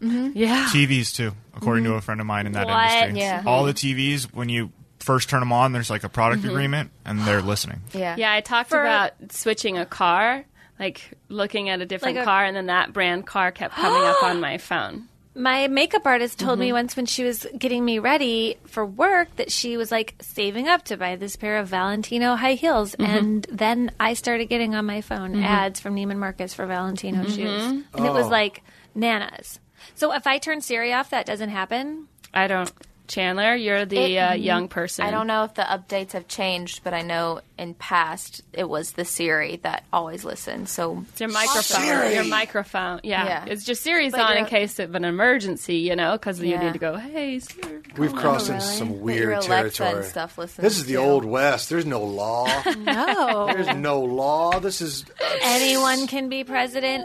Speaker 1: Yeah.
Speaker 6: TVs too, according to a friend of mine in that
Speaker 3: What?
Speaker 6: industry.
Speaker 5: Yeah.
Speaker 6: All the TVs when you first turn them on, there's like a product agreement, and they're listening.
Speaker 5: Yeah.
Speaker 1: Yeah, I talked
Speaker 3: For-
Speaker 1: about switching a car, like looking at a different
Speaker 3: Like a-
Speaker 1: car, and then that brand car kept coming up on my phone.
Speaker 3: My makeup artist told
Speaker 1: Mm-hmm.
Speaker 3: me once when she was getting me ready for work that she was like saving up to buy this pair of Valentino high heels.
Speaker 1: Mm-hmm.
Speaker 3: And then I started getting on my phone ads from Neiman Marcus for Valentino
Speaker 1: Mm-hmm.
Speaker 3: shoes. And it was
Speaker 2: Oh.
Speaker 3: like nanas. So if I turn Siri off, that doesn't happen.
Speaker 1: I don't. Chandler, you're the
Speaker 5: It-
Speaker 1: uh, young person.
Speaker 6: I
Speaker 5: I don't know if the updates have changed, but I know in past it was the Siri that always listened. So
Speaker 1: It's your microphone. Your microphone. Yeah.
Speaker 5: Yeah.
Speaker 1: It's just Siri's
Speaker 5: But
Speaker 1: on in
Speaker 5: you're-
Speaker 1: case of an emergency, you know, because you
Speaker 5: Yeah.
Speaker 1: need to go, hey, Siri.
Speaker 2: We've crossed into
Speaker 5: really?
Speaker 2: some
Speaker 5: But your
Speaker 2: weird
Speaker 5: Alexa and
Speaker 2: territory.
Speaker 5: stuff listens
Speaker 2: this is the
Speaker 5: too.
Speaker 2: old west. There's no law. There's
Speaker 3: No.
Speaker 2: no law. This is uh,
Speaker 3: Anyone can be president.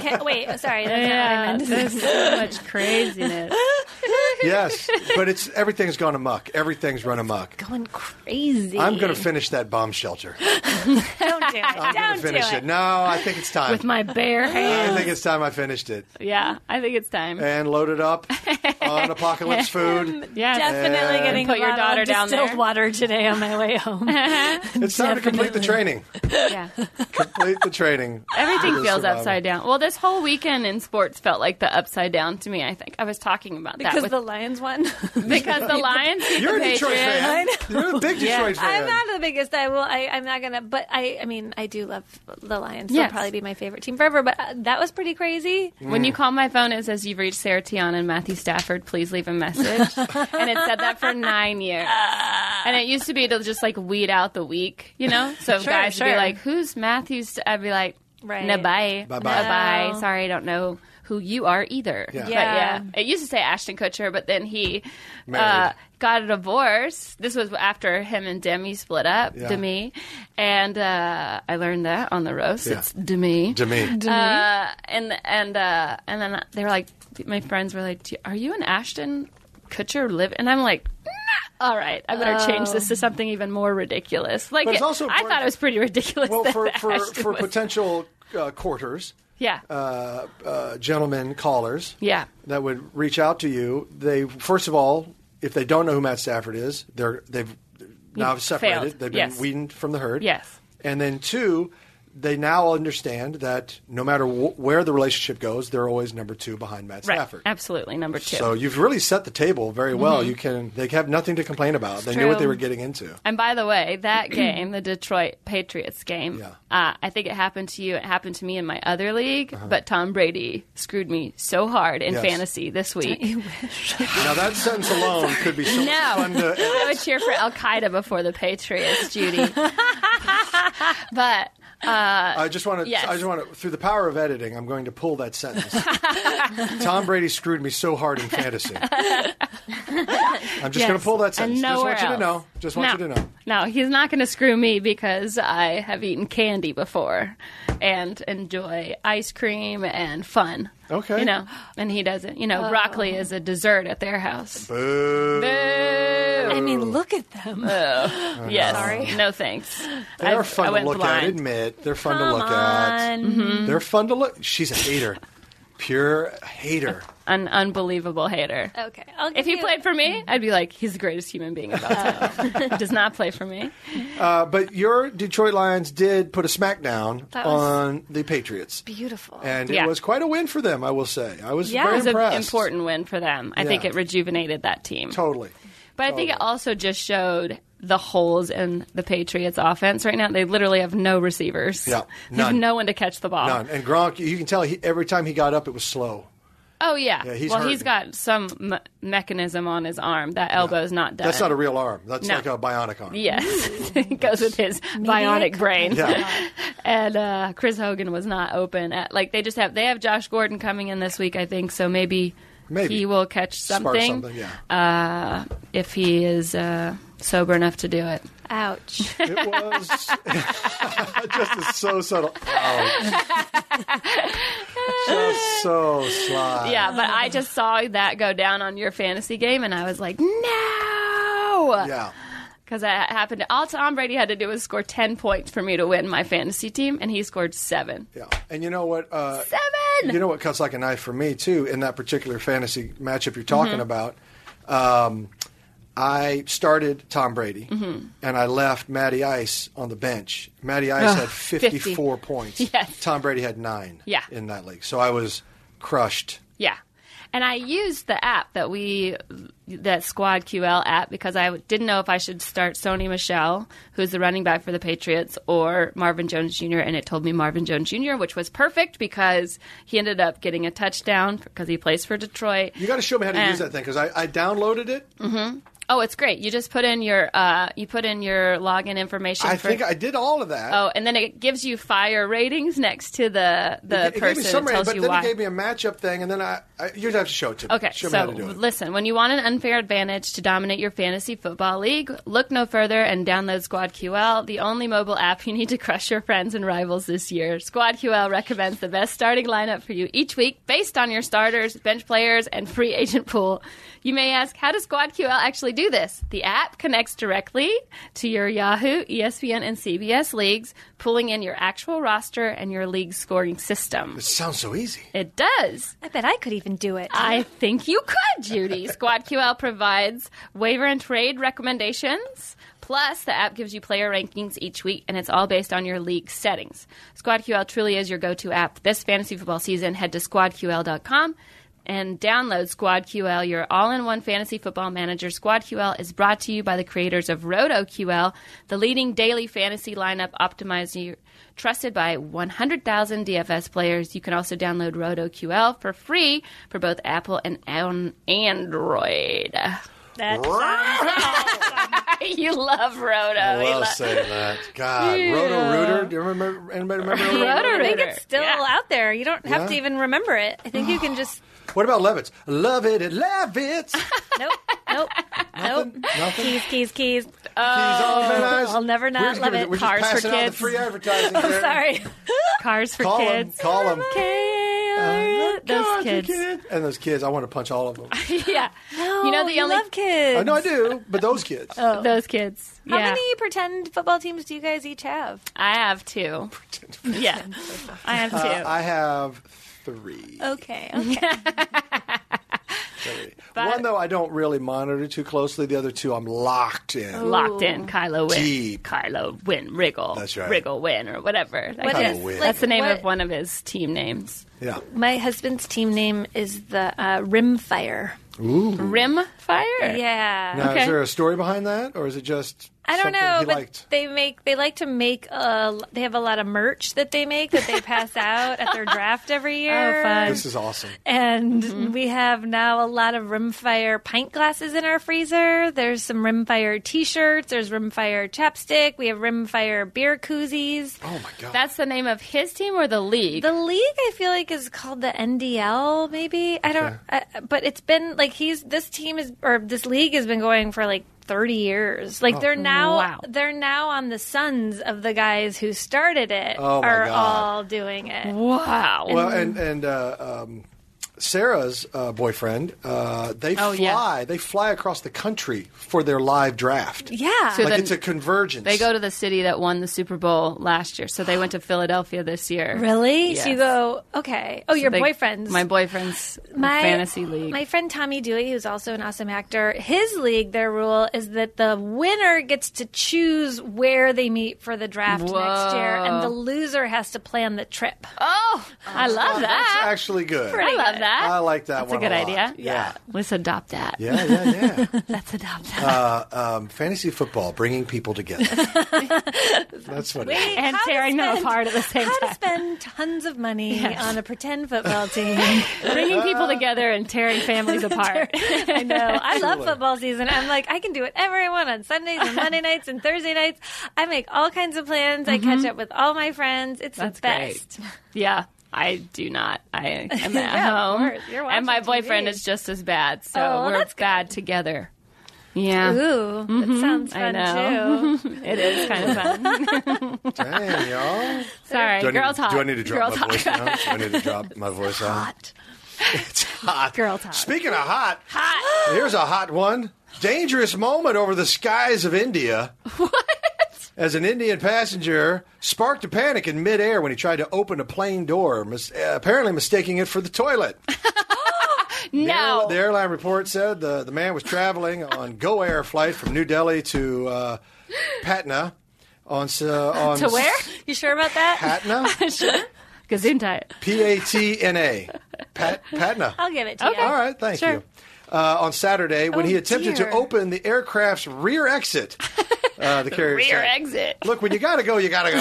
Speaker 3: can. Wait, sorry. That's not what I
Speaker 1: Yeah,
Speaker 3: meant.
Speaker 1: there's so much craziness.
Speaker 2: yes, but it's everything's gone amok. Everything's run amok.
Speaker 3: Going crazy.
Speaker 2: I'm going to finish that bomb shelter.
Speaker 3: Don't do it.
Speaker 2: I'm going
Speaker 3: Don't
Speaker 2: to finish
Speaker 3: do
Speaker 2: it.
Speaker 3: it.
Speaker 2: No, I think it's time.
Speaker 1: With my bare
Speaker 2: I
Speaker 1: hands.
Speaker 2: think it's time I finished it
Speaker 1: Yeah, I think it's time.
Speaker 2: and loaded up on apocalypse food.
Speaker 1: yeah.
Speaker 3: Definitely
Speaker 2: And-
Speaker 3: getting
Speaker 1: Uh, Put
Speaker 3: a
Speaker 1: your
Speaker 3: bottle of
Speaker 1: daughter down
Speaker 3: distilled
Speaker 1: there.
Speaker 3: water today on my way home.
Speaker 2: It's time to complete the training.
Speaker 1: yeah.
Speaker 2: Complete the training.
Speaker 1: Everything
Speaker 2: For the
Speaker 1: feels
Speaker 2: survival.
Speaker 1: upside down. Well, this whole weekend in sports felt like the upside down to me. I think I was talking about
Speaker 3: Because
Speaker 1: that
Speaker 3: the Lions won.
Speaker 1: with, because the Lions beat
Speaker 2: You're a
Speaker 1: the
Speaker 2: Detroit
Speaker 1: Patriots.
Speaker 2: fan. You're a big Detroit fan.
Speaker 3: I'm not the biggest. I will. I, I'm not gonna. But I. I mean, I do love the Lions. They'll
Speaker 1: Yes.
Speaker 3: probably be my favorite team forever. But uh, that was pretty crazy.
Speaker 1: When you call my phone, it says you've reached Sarah Tian and Matthew Stafford. Please leave a message. and it said that for nine years. And it used to be to just like weed out the weak, you know. So if
Speaker 3: Sure,
Speaker 1: guys would
Speaker 3: sure.
Speaker 1: be like, "Who's Matthew?" St-? I'd be like,
Speaker 3: Right.
Speaker 1: "No, bye,
Speaker 2: Bye-bye.
Speaker 1: No, bye.
Speaker 3: No.
Speaker 1: Sorry, I don't know who you are either."
Speaker 2: Yeah.
Speaker 1: But
Speaker 3: Yeah.
Speaker 1: yeah, it used to say Ashton Kutcher, but then he uh,
Speaker 2: Married.
Speaker 1: got a divorce. This was after him and Demi split up.
Speaker 2: Yeah.
Speaker 1: Demi, and uh, I learned that on the roast.
Speaker 2: Yeah.
Speaker 1: It's Demi.
Speaker 2: To me,
Speaker 1: Uh, and and uh, and then they were like, my friends were like, "Do- "Are you an Ashton Kutcher live?" And I'm like, nah, "All right, I better change this to something even more ridiculous." Like,
Speaker 2: But it's also
Speaker 1: I thought
Speaker 2: important-
Speaker 1: it was pretty ridiculous.
Speaker 2: well,
Speaker 1: that
Speaker 2: for
Speaker 1: the
Speaker 2: for,
Speaker 1: Ashton
Speaker 2: for
Speaker 1: was-
Speaker 2: potential uh, quarters,
Speaker 1: yeah,
Speaker 2: uh, uh, gentlemen callers,
Speaker 1: yeah,
Speaker 2: that would reach out to you, they first of all, if they don't know who Matt Stafford is, they're they've now separated.
Speaker 1: failed.
Speaker 2: They've been
Speaker 1: Yes.
Speaker 2: weaned from the herd.
Speaker 1: Yes.
Speaker 2: And then two, they now understand that no matter wh- where the relationship goes, they're always number two behind Matt
Speaker 1: right,
Speaker 2: Stafford.
Speaker 1: absolutely number two. Mm-hmm.
Speaker 2: So you've really set the table very well. You can they have nothing to complain about. they knew what they
Speaker 1: true.
Speaker 2: were getting into.
Speaker 1: And by the way, that game, the Detroit Patriots game,
Speaker 2: Yeah.
Speaker 1: uh, I think it happened to you. It happened to me in my other league, but Tom Brady screwed me so hard in
Speaker 2: Uh-huh. Yes.
Speaker 1: fantasy this week.
Speaker 2: Now that sentence alone could be
Speaker 1: No.
Speaker 2: so much fun to.
Speaker 1: I would cheer for Al Qaeda before the Patriots, Judy. but
Speaker 2: I just want to.
Speaker 1: Yes.
Speaker 2: I just want to. Through the power of editing, I'm going to pull that sentence. Tom Brady screwed me so hard in fantasy. I'm just going to pull that sentence.
Speaker 1: and
Speaker 2: Just
Speaker 1: nowhere
Speaker 2: want you to
Speaker 1: else.
Speaker 2: know. Just want
Speaker 1: no,
Speaker 2: you to know.
Speaker 1: No, he's not going to screw me because I have eaten candy before and enjoy ice cream and fun.
Speaker 2: Okay.
Speaker 1: You know, and he doesn't. You know, broccoli is a dessert at their house.
Speaker 2: Boo.
Speaker 1: Boo.
Speaker 3: I mean, look at them.
Speaker 1: Yes. No thanks.
Speaker 2: Uh-huh. They
Speaker 1: I-
Speaker 2: are fun
Speaker 1: I
Speaker 2: to
Speaker 1: went
Speaker 2: look at.
Speaker 1: blind.
Speaker 2: Admit they're fun
Speaker 3: Come
Speaker 2: to look at. Mm-hmm.
Speaker 3: on.
Speaker 2: They're fun to look. She's a hater. Pure hater.
Speaker 1: An unbelievable hater.
Speaker 3: Okay. I'll give
Speaker 1: If he
Speaker 3: Uh, you-
Speaker 1: played for me, I'd be like, he's the greatest human being of all time. He Does not play for me.
Speaker 2: Uh, but your Detroit Lions did put a smackdown
Speaker 3: That was-
Speaker 2: on the Patriots,
Speaker 3: beautiful.
Speaker 2: and
Speaker 1: Yeah.
Speaker 2: it was quite a win for them. I will say, I was
Speaker 3: Yeah.
Speaker 2: very
Speaker 3: It
Speaker 1: It was an
Speaker 2: impressed.
Speaker 1: important win for them. I think
Speaker 2: Yeah.
Speaker 1: it rejuvenated that team.
Speaker 2: Totally.
Speaker 1: But I think it also just showed the holes in the Patriots' offense right now. They literally have no receivers.
Speaker 2: Yeah,
Speaker 1: they have
Speaker 2: none.
Speaker 1: no one to catch the ball.
Speaker 2: None. And Gronk, you can tell he, every time he got up, it was slow.
Speaker 1: Oh yeah.
Speaker 2: Yeah, he's
Speaker 1: well, he's
Speaker 2: hurting.
Speaker 1: got some me- mechanism on his arm. That elbow's not done.
Speaker 2: That's not a real arm. That's
Speaker 1: No.
Speaker 2: like a bionic arm.
Speaker 1: Yes, it goes with his bionic brain.
Speaker 2: Yeah.
Speaker 1: And uh, Chris Hogan was not open. At, like they just have they have Josh Gordon coming in this week, I think. So maybe,
Speaker 2: Maybe.
Speaker 1: he will catch
Speaker 2: Spark
Speaker 1: something, Uh,
Speaker 2: something. Yeah.
Speaker 1: if he is uh, sober enough to do it.
Speaker 3: Ouch.
Speaker 2: It was just is so subtle. Ouch. just so sly.
Speaker 1: Yeah, but I just saw that go down on your fantasy game, and I was like, no.
Speaker 2: Yeah.
Speaker 1: Because that happened. All Tom Brady had to do was score 10 points for me to win my fantasy team, and he scored seven.
Speaker 2: Yeah. And you know what? Uh,
Speaker 1: Seven!
Speaker 2: You know what cuts like a knife for me too in that particular fantasy matchup you're
Speaker 1: Mm-hmm.
Speaker 2: talking about. Um, I started Tom Brady
Speaker 1: Mm-hmm.
Speaker 2: and I left Matty Ice on the bench. Matty Ice had 54 points.
Speaker 1: Yes.
Speaker 2: Tom Brady had nine.
Speaker 1: Yeah.
Speaker 2: in that league, so I was crushed.
Speaker 1: Yeah. And I used the app that we, that Squad QL app, because I didn't know if I should start Sony Michelle, who's the running back for the Patriots, or Marvin Jones Jr. And it told me Marvin Jones Jr., which was perfect because he ended up getting a touchdown because he plays for Detroit.
Speaker 2: You got to show me how to
Speaker 1: And-
Speaker 2: use that thing because I, I downloaded it.
Speaker 1: Oh, it's great. You just put in your uh, you put in your login information.
Speaker 2: I
Speaker 1: for,
Speaker 2: think I did all of that.
Speaker 1: Oh, and then it gives you fire ratings next to the the
Speaker 2: it, it gave me
Speaker 1: person.
Speaker 2: some
Speaker 1: It tells
Speaker 2: but
Speaker 1: you
Speaker 2: then
Speaker 1: why.
Speaker 2: it gave me a matchup thing, and then I, I you'd have to show it to me.
Speaker 1: Okay,
Speaker 2: show me
Speaker 1: so
Speaker 2: how to do it.
Speaker 1: listen, when you want an unfair advantage to dominate your fantasy football league, look no further and download Squad QL, the only mobile app you need to crush your friends and rivals this year. Squad QL recommends the best starting lineup for you each week based on your starters, bench players, and free agent pool. You may ask, how does Squad QL actually do this? The app connects directly to your Yahoo, E ESPN, and CBS leagues, pulling in your actual roster and your league scoring system.
Speaker 2: It sounds so easy.
Speaker 1: It does.
Speaker 3: I bet I could even do it.
Speaker 1: I think you could, Judy. SquadQL provides waiver and trade recommendations. Plus, the app gives you player rankings each week, and it's all based on your league settings. SquadQL truly is your go to app this fantasy football season. Head to squadql.com and download SquadQL, your all in one fantasy football manager. SquadQL is brought to you by the creators of RotoQL, the leading daily fantasy lineup optimizer trusted by 100,000 DFS players. You can also download RotoQL for free for both Apple and on Android.
Speaker 3: That
Speaker 1: you love Roto.
Speaker 2: Oh, I
Speaker 1: You
Speaker 2: love
Speaker 1: lo-
Speaker 2: saying that. God, Roto Rooter. Do you remember? Anybody remember? Roto
Speaker 1: Roto
Speaker 2: Rooter?
Speaker 3: I think
Speaker 1: Rooter.
Speaker 3: it's still
Speaker 1: Yeah.
Speaker 3: out there. You don't have
Speaker 2: Yeah.
Speaker 3: to even remember it. I think you can just
Speaker 2: What about Levitts? Love it, it Levitts.
Speaker 3: nope, nope, nope.
Speaker 2: Nothing. Uh,
Speaker 3: Keys, keys, keys.
Speaker 2: He's all Van Nuys.
Speaker 3: Oh, I'll never not
Speaker 2: We're just
Speaker 3: love
Speaker 2: gonna-
Speaker 3: it.
Speaker 2: We're just
Speaker 1: Cars for
Speaker 2: passing out the
Speaker 1: kids.
Speaker 2: free advertising. there.
Speaker 3: Sorry.
Speaker 1: Cars for
Speaker 2: Call him.
Speaker 1: kids.
Speaker 2: Call him.
Speaker 1: Okay. Those
Speaker 2: Cars for
Speaker 1: kids.
Speaker 2: And those kids, I want to punch all of them. Uh,
Speaker 1: yeah. you know the
Speaker 3: you
Speaker 1: only
Speaker 3: love kids.
Speaker 2: I know I do, but those kids.
Speaker 3: Oh.
Speaker 1: those kids.
Speaker 3: How
Speaker 1: yeah.
Speaker 3: many pretend football teams do you guys each have?
Speaker 1: I have two. yeah. I have two.
Speaker 2: Uh, I have three.
Speaker 3: Okay, okay.
Speaker 2: three. One though I don't really monitor too closely. The other two I'm locked in.
Speaker 3: Oh.
Speaker 1: Locked in, Kylo win,
Speaker 2: Deep.
Speaker 1: Kylo win, wriggle,
Speaker 2: That's right.
Speaker 1: wriggle win, or whatever. That
Speaker 3: What
Speaker 1: kind
Speaker 2: Kinda
Speaker 1: of-
Speaker 2: weird.
Speaker 1: that's the name
Speaker 3: what-
Speaker 1: of one of his team names.
Speaker 2: Yeah.
Speaker 3: My husband's team name is the uh, Rimfire.
Speaker 1: Rimfire.
Speaker 3: Yeah.
Speaker 2: Now,
Speaker 1: Okay.
Speaker 2: is there a story behind that, or is it just
Speaker 3: I don't
Speaker 2: something
Speaker 3: know,
Speaker 2: he
Speaker 3: but
Speaker 2: liked?
Speaker 3: they make they like to make a. They have a lot of merch that they make that they pass out at their draft every year. Mm-hmm.
Speaker 1: Oh, fun.
Speaker 2: This is awesome.
Speaker 3: And we have now a lot of Rimfire pint glasses in our freezer. There's some Rimfire t-shirts. There's Rimfire chapstick. We have Rimfire beer koozies.
Speaker 2: Oh my god.
Speaker 1: That's the name of his team or the league.
Speaker 3: The league, I feel like, is called the NDL. Maybe I don't, I, but it's been like he's this team is or this league has been going for like thirty years.
Speaker 2: Oh,
Speaker 3: Like they're now
Speaker 1: Wow.
Speaker 3: they're now on the sons of the guys who started it
Speaker 2: Oh, my
Speaker 3: are
Speaker 2: God.
Speaker 3: all doing it.
Speaker 1: wow.
Speaker 2: Well, and and uh, um, Sarah's uh, boyfriend, uh, they
Speaker 1: Oh, yeah.
Speaker 2: fly. They fly across the country for their live draft.
Speaker 3: Yeah,
Speaker 1: So
Speaker 2: like
Speaker 1: then
Speaker 2: it's a convergence.
Speaker 1: they go to the city that won the Super Bowl last year, so they went to Philadelphia this year.
Speaker 3: really?
Speaker 1: Yes.
Speaker 3: So you go okay. Oh, your
Speaker 1: They-
Speaker 3: boyfriend's
Speaker 1: My boyfriend's fantasy league.
Speaker 3: My friend Tommy Dewey, who's also an awesome actor, his league, their rule is that the winner gets to choose where they meet for the draft next year, and the loser has to plan the trip.
Speaker 1: oh, I love
Speaker 2: That's
Speaker 1: that.
Speaker 2: actually good.
Speaker 1: I love that?
Speaker 2: I like that
Speaker 1: That's
Speaker 2: one
Speaker 1: a good
Speaker 2: lot.
Speaker 1: idea.
Speaker 2: Yeah.
Speaker 1: Let's adopt that.
Speaker 2: Yeah, yeah, yeah.
Speaker 1: Let's adopt that.
Speaker 2: um, fantasy football, bringing people together. That's what it is.
Speaker 1: and
Speaker 3: How to
Speaker 1: tearing them
Speaker 3: spend-
Speaker 1: apart at the same
Speaker 3: How
Speaker 1: time.
Speaker 3: to spend tons of money
Speaker 1: Yes.
Speaker 3: on a pretend football team.
Speaker 1: Bringing people together and tearing families apart.
Speaker 3: I know. I love football season. I'm like, I can do whatever I want on Sundays and Monday nights and Thursday nights. I make all kinds of plans. I catch up with all my friends. It's
Speaker 1: Mm-hmm. That's
Speaker 3: the best.
Speaker 1: great. Yeah, I do not. I am at
Speaker 3: Yeah, of
Speaker 1: home,
Speaker 3: course. You're
Speaker 1: and my
Speaker 3: watching
Speaker 1: boyfriend
Speaker 3: TV.
Speaker 1: is just as bad. So
Speaker 3: Oh, well,
Speaker 1: we're
Speaker 3: that's good.
Speaker 1: bad together. Yeah,
Speaker 3: Ooh, that sounds
Speaker 1: Mm-hmm. I
Speaker 3: fun
Speaker 1: know.
Speaker 3: too.
Speaker 1: it is kind of fun.
Speaker 2: Dang, y'all.
Speaker 1: Sorry,
Speaker 2: do, I need,
Speaker 1: girl talk.
Speaker 2: do I need to drop
Speaker 1: girl
Speaker 2: my
Speaker 1: talk.
Speaker 2: voice now? Do I need to drop my voice out? It's hot.
Speaker 1: Girl talk.
Speaker 2: Speaking of hot, hot. Here's a hot one. Dangerous moment over the skies of India. What? As an Indian passenger sparked a panic in midair when he tried to open a plane door, mis- uh, apparently mistaking it for the toilet. The,
Speaker 1: No,
Speaker 2: airli- the airline report said the, the man was traveling on Go Air flight from New Delhi to uh, Patna on s- uh, on
Speaker 1: to where?
Speaker 3: You sure about that?
Speaker 2: Patna
Speaker 1: Gesundheit.
Speaker 2: P A T N A Pat Patna.
Speaker 3: I'll give it to
Speaker 1: Okay.
Speaker 3: you.
Speaker 2: All right, thank
Speaker 1: Sure.
Speaker 2: you. Uh, on Saturday, when
Speaker 3: Oh,
Speaker 2: he attempted
Speaker 3: dear.
Speaker 2: to open the aircraft's rear exit, uh, the carrier
Speaker 1: Rear
Speaker 2: said,
Speaker 1: exit.
Speaker 2: "Look, when you gotta go, you gotta go."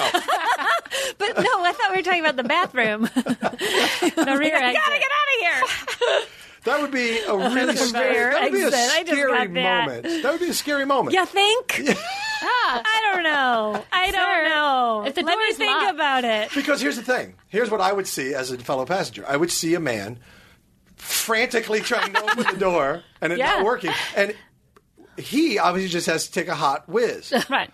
Speaker 3: But no, I thought we were talking about the bathroom.
Speaker 1: The rear
Speaker 3: I
Speaker 1: exit.
Speaker 3: gotta get out of here.
Speaker 2: That would be a really scary.
Speaker 3: rear
Speaker 2: That would be a
Speaker 3: exit. I just
Speaker 2: scary
Speaker 3: got that.
Speaker 2: moment. That would be a scary moment.
Speaker 3: You think? I don't know. I
Speaker 1: Sir,
Speaker 3: don't know.
Speaker 1: if the
Speaker 3: Let
Speaker 1: door
Speaker 3: me
Speaker 1: is
Speaker 3: think
Speaker 1: locked.
Speaker 3: about it.
Speaker 2: Because here's the thing. Here's what I would see as a fellow passenger. I would see a man frantically trying to open the door and it
Speaker 1: Yeah.
Speaker 2: not working. And he obviously just has to take a hot whiz.
Speaker 1: Right.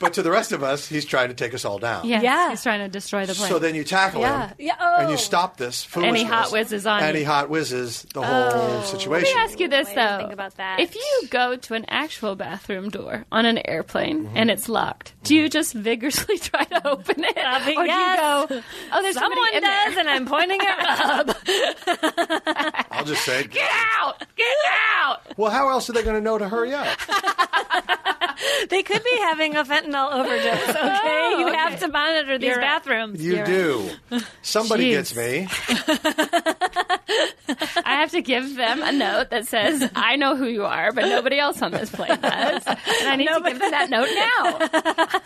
Speaker 2: but to the rest of us, he's trying to take us all down.
Speaker 1: Yes,
Speaker 3: Yeah.
Speaker 1: He's trying to destroy the plane.
Speaker 2: So then you tackle
Speaker 1: Yeah.
Speaker 2: him
Speaker 3: Yeah, oh.
Speaker 2: and you stop this foolishness.
Speaker 1: Any hot whizzes on
Speaker 2: Any
Speaker 1: you. Oh.
Speaker 2: hot whizzes the whole situation.
Speaker 1: Let me ask you this
Speaker 3: I
Speaker 1: though:
Speaker 3: didn't think about that.
Speaker 1: If you go to an actual bathroom door on an airplane
Speaker 2: Mm-hmm.
Speaker 1: and it's locked, do you just vigorously try to open it,
Speaker 3: Probably,
Speaker 1: or
Speaker 3: yes.
Speaker 1: do you go, "Oh, there's somebody
Speaker 3: Someone
Speaker 1: in
Speaker 3: does,
Speaker 1: there.
Speaker 3: and I'm pointing it up.
Speaker 2: I'll just say,
Speaker 1: Get out! Get out!"
Speaker 2: well, how else are they going to know to hurry up?
Speaker 3: They could be having a fentanyl overdose. Oh, Okay, you have to monitor these
Speaker 1: Oh, You're right.
Speaker 3: bathrooms.
Speaker 2: You do. Somebody
Speaker 1: Jeez.
Speaker 2: gets me.
Speaker 1: I have to give them a note that says, "I know who you are, but nobody else on this plane does." And I need to give them that note now.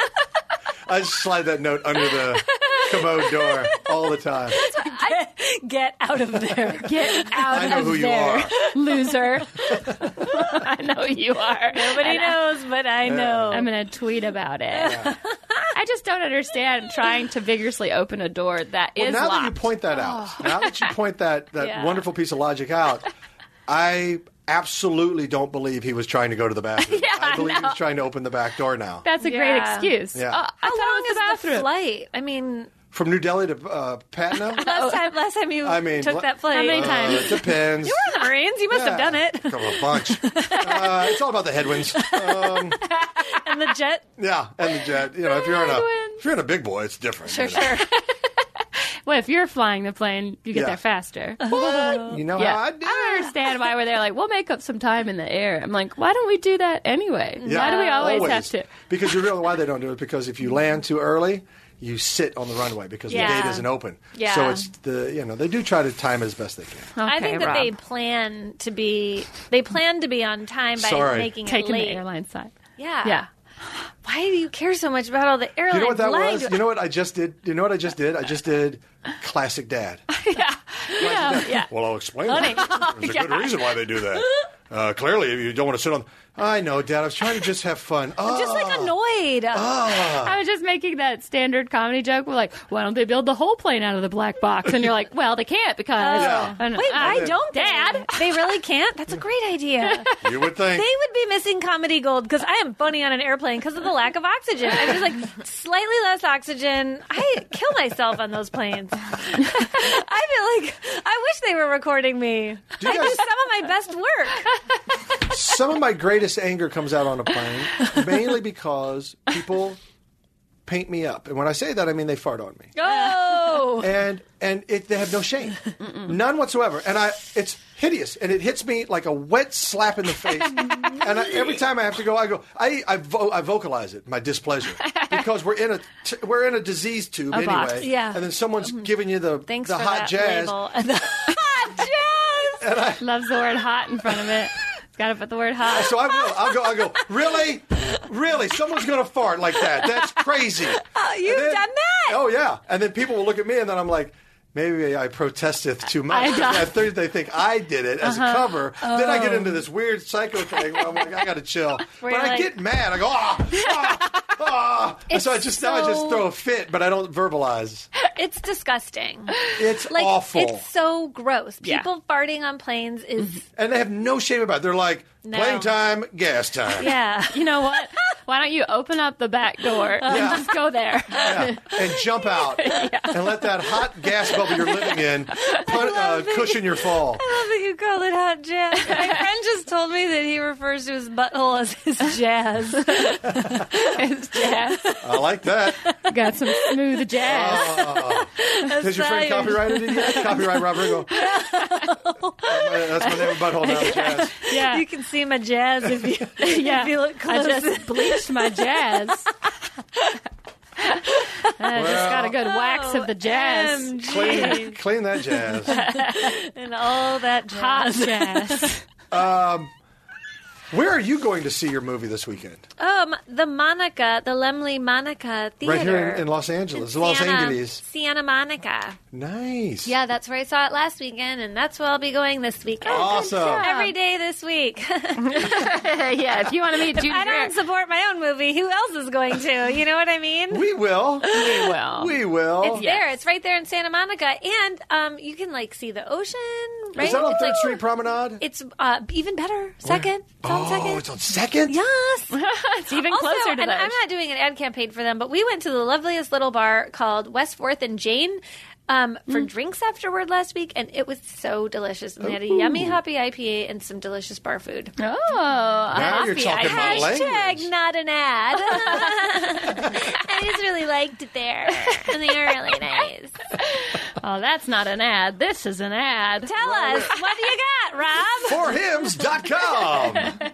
Speaker 2: I just slide that note under the commode door all the time.
Speaker 3: Get out of there.
Speaker 1: Get out
Speaker 2: I know
Speaker 1: of
Speaker 2: who you
Speaker 1: there,
Speaker 2: are.
Speaker 1: loser! I know who you are.
Speaker 3: Nobody
Speaker 1: And I-
Speaker 3: knows, but I know.
Speaker 1: I'm going to tweet about it. I just don't understand trying to vigorously open a door that is
Speaker 2: Well, now that you
Speaker 1: locked. Oh.
Speaker 2: point that out, now that you point that, that
Speaker 3: Yeah.
Speaker 2: wonderful piece of logic out, I absolutely don't believe he was trying to go to the bathroom. I believe he was trying to open the back door now.
Speaker 1: That's a great
Speaker 3: Yeah.
Speaker 1: excuse.
Speaker 2: Yeah.
Speaker 1: Uh, I
Speaker 3: How
Speaker 1: thought
Speaker 3: long
Speaker 1: it was the
Speaker 3: is the
Speaker 1: bathroom.
Speaker 3: flight? I mean, oh.
Speaker 2: From New Delhi to uh, Patna?
Speaker 3: last time, last time you
Speaker 2: I mean,
Speaker 3: took
Speaker 2: what-
Speaker 3: that flight.
Speaker 1: How many
Speaker 3: Uh,
Speaker 2: Uh, it
Speaker 1: times?
Speaker 2: depends. You
Speaker 3: the Marines, you must have done it.
Speaker 2: A bunch. Uh, it's all about the headwinds. Um,
Speaker 3: And the jet.
Speaker 2: yeah, and the jet. You know, if you're in a if you're in a big boy, it's different. you know.
Speaker 1: Well, if you're flying the plane, you get
Speaker 2: Yeah.
Speaker 1: there faster.
Speaker 2: You know
Speaker 1: Yeah.
Speaker 2: how Oh, I
Speaker 1: I
Speaker 2: do.
Speaker 1: don't understand why we're there. Like, we'll make up some time in the air. I'm like, why don't we do that anyway?
Speaker 2: Yeah,
Speaker 1: Why do we always, have to?
Speaker 2: Because you realize why they don't do it. Because if you land too early, you sit on the runway because the
Speaker 3: Yeah.
Speaker 2: gate isn't open.
Speaker 3: Yeah.
Speaker 2: So it's the you know they do try to time it as best they can.
Speaker 3: I think that
Speaker 1: Rob.
Speaker 3: they plan to be they plan to be on time by
Speaker 2: Sorry.
Speaker 3: making
Speaker 1: taking
Speaker 3: it late. Ah.
Speaker 1: the airline side.
Speaker 3: Yeah.
Speaker 1: Yeah.
Speaker 3: Why do you care so much about all the airlines?
Speaker 2: You know what that
Speaker 3: lying
Speaker 2: was?
Speaker 3: to-
Speaker 2: You know what I just did? You know what I just did? I just did classic dad.
Speaker 1: Yeah. yeah.
Speaker 2: Well, I'll explain. That. There's a good reason why they do that. Uh, clearly, you don't want to sit on. I know, Dad. I was trying to just have fun. Oh,
Speaker 3: just like annoyed.
Speaker 2: Ah.
Speaker 1: I was just making that standard comedy joke. We're like, why don't they build the whole plane out of the black box? And you're like, well, they can't because.
Speaker 2: Yeah.
Speaker 1: And-
Speaker 3: Wait,
Speaker 1: ah,
Speaker 3: why don't they?
Speaker 1: Dad?
Speaker 3: They really can't. That's a great idea.
Speaker 2: you would think.
Speaker 3: They would be missing comedy gold because I am funny on an airplane because of the lack of oxygen. I'm just like slightly less oxygen. I kill myself on those planes. I feel like I wish they were recording me.
Speaker 2: Do you
Speaker 3: I do
Speaker 2: guys-
Speaker 3: some of my best work.
Speaker 2: some of my greatest anger comes out on a plane, mainly because people paint me up, and when I say that, I mean they fart on me.
Speaker 3: Oh,
Speaker 2: and and it, they have no shame, none whatsoever. And I, it's hideous, and it hits me like a wet slap in the face. and I, every time I have to go, I go, I I, vo- I vocalize it, my displeasure, because we're in a t- we're in a disease tube
Speaker 1: box.
Speaker 2: anyway.
Speaker 3: Yeah. Mm-hmm.
Speaker 2: And then someone's giving you the
Speaker 3: thanks
Speaker 2: the
Speaker 3: for
Speaker 2: hot
Speaker 3: that
Speaker 2: jazz.
Speaker 3: label. The hot
Speaker 1: Loves the word hot in front of it. Got to put the word hot.
Speaker 2: So I will. I'll go. I'll go. Really, really, someone's gonna fart like that. That's crazy. Oh,
Speaker 3: you've done that?
Speaker 2: Oh yeah. And then people will look at me, and then I'm like. Maybe I protesteth too much.
Speaker 1: I
Speaker 2: And
Speaker 1: got-
Speaker 2: I think they think I did it as
Speaker 3: Uh-huh.
Speaker 2: a cover. Then I get
Speaker 3: Oh.
Speaker 2: into this weird psycho thing where I'm like, I gotta chill. but
Speaker 1: you're
Speaker 2: I
Speaker 1: like-
Speaker 2: get mad. I go, ah, ah, ah. And so I just now I just
Speaker 3: so-
Speaker 2: throw a fit, but I don't verbalize.
Speaker 3: It's disgusting.
Speaker 2: It's
Speaker 3: Like
Speaker 2: awful.
Speaker 3: it's so gross.
Speaker 1: Yeah.
Speaker 3: People farting on planes
Speaker 4: Mm-hmm.
Speaker 3: is
Speaker 2: and they have no shame about it. They're like,
Speaker 3: No.
Speaker 2: playing time, gas time.
Speaker 3: yeah.
Speaker 1: You know what? Why don't you open up the back door and
Speaker 2: Yeah.
Speaker 1: just go there?
Speaker 2: Yeah, and jump out and let that hot gas bubble you're living in put, uh, cushion your fall.
Speaker 4: that you call it hot jazz. My friend just told me that he refers to his butthole as his jazz.
Speaker 1: Yeah.
Speaker 2: I like that.
Speaker 1: Got some smooth jazz.
Speaker 2: Oh. Has your friend copyrighted it yet? Copyright Rob Riggle. That's my name, butthole now, jazz.
Speaker 1: yeah.
Speaker 4: you can see my jazz if you
Speaker 1: yeah.
Speaker 4: if you look
Speaker 1: I
Speaker 4: close.
Speaker 1: just bleached my jazz. I just got a good wax of the jazz.
Speaker 4: OMG.
Speaker 2: Clean, clean that jazz.
Speaker 4: and all that jazz.
Speaker 1: Hot jazz.
Speaker 2: Where are you going to see your movie this weekend?
Speaker 3: Um, the Monica, the Lemley Monica Theater.
Speaker 2: Right here in, in Los Angeles, Los
Speaker 3: Santa-
Speaker 2: Angeles.
Speaker 3: Santa Monica.
Speaker 2: Nice.
Speaker 3: Yeah, that's where I saw it last weekend, and that's where I'll be going this weekend.
Speaker 2: Awesome.
Speaker 3: Every day this week.
Speaker 1: yeah, if you want to meet Judy
Speaker 3: I
Speaker 1: Greer,
Speaker 3: don't support my own movie. Who else is going to? You know what I mean?
Speaker 2: We will.
Speaker 1: we will.
Speaker 2: We will.
Speaker 3: It's there. It's right there in Santa Monica, and um, you can like see the ocean. Right?
Speaker 2: Is that on
Speaker 3: it's,
Speaker 2: Third
Speaker 3: like,
Speaker 2: Street Promenade?
Speaker 3: it's uh, even better. Second. It's on
Speaker 2: oh,
Speaker 3: second.
Speaker 2: it's on second?
Speaker 3: yes.
Speaker 1: it's even
Speaker 3: also,
Speaker 1: closer to
Speaker 3: and
Speaker 1: that.
Speaker 3: I'm not doing an ad campaign for them, but we went to the loveliest little bar called Westforth and Jane um,
Speaker 1: Mm.
Speaker 3: for drinks afterward last week, and it was so delicious. And they had a yummy hoppy IPA and some delicious bar food.
Speaker 1: Oh,
Speaker 2: Now you're talking about
Speaker 1: I,
Speaker 2: language.
Speaker 3: Hashtag not an ad. I just really liked it there, and they were really nice.
Speaker 1: Oh, that's not an ad. This is an ad.
Speaker 3: Tell us, what do you got, Rob?
Speaker 2: forhims.com.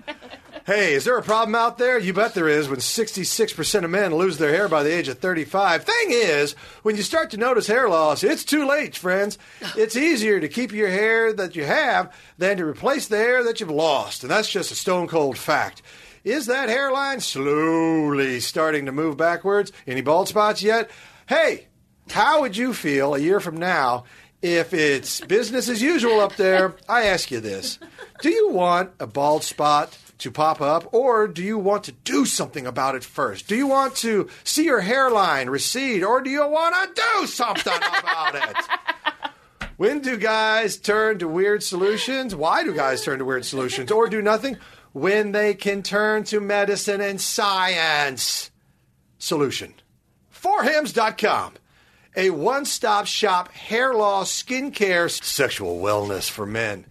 Speaker 2: Hey, is there a problem out there? You bet there is when 66% of men lose their hair by the age of 35. Thing is, when you start to notice hair loss, it's too late, friends. It's easier to keep your hair that you have than to replace the hair that you've lost. And that's just a stone cold fact. Is that hairline slowly starting to move backwards? Any bald spots yet? Hey, how would you feel a year from now if it's business as usual up there? I ask you this. Do you want a bald spot to pop up or do you want to do something about it first? Do you want to see your hairline recede or do you want to do something about it? When do guys turn to weird solutions? Why do guys turn to weird solutions or do nothing? When they can turn to medicine and science. Solution forhims.com a one-stop shop hair loss skincare sexual wellness for men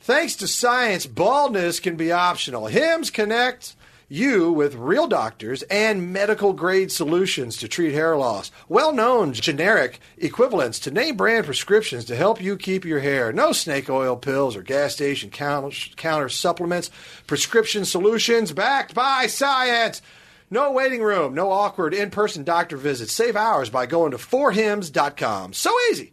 Speaker 2: thanks to science baldness can be optional hims connect you with real doctors and medical grade solutions to treat hair loss well-known generic equivalents to name brand prescriptions to help you keep your hair no snake oil pills or gas station counter, counter supplements prescription solutions backed by science no waiting room, no awkward in person doctor visits. Save hours by going to forhims.com. So easy.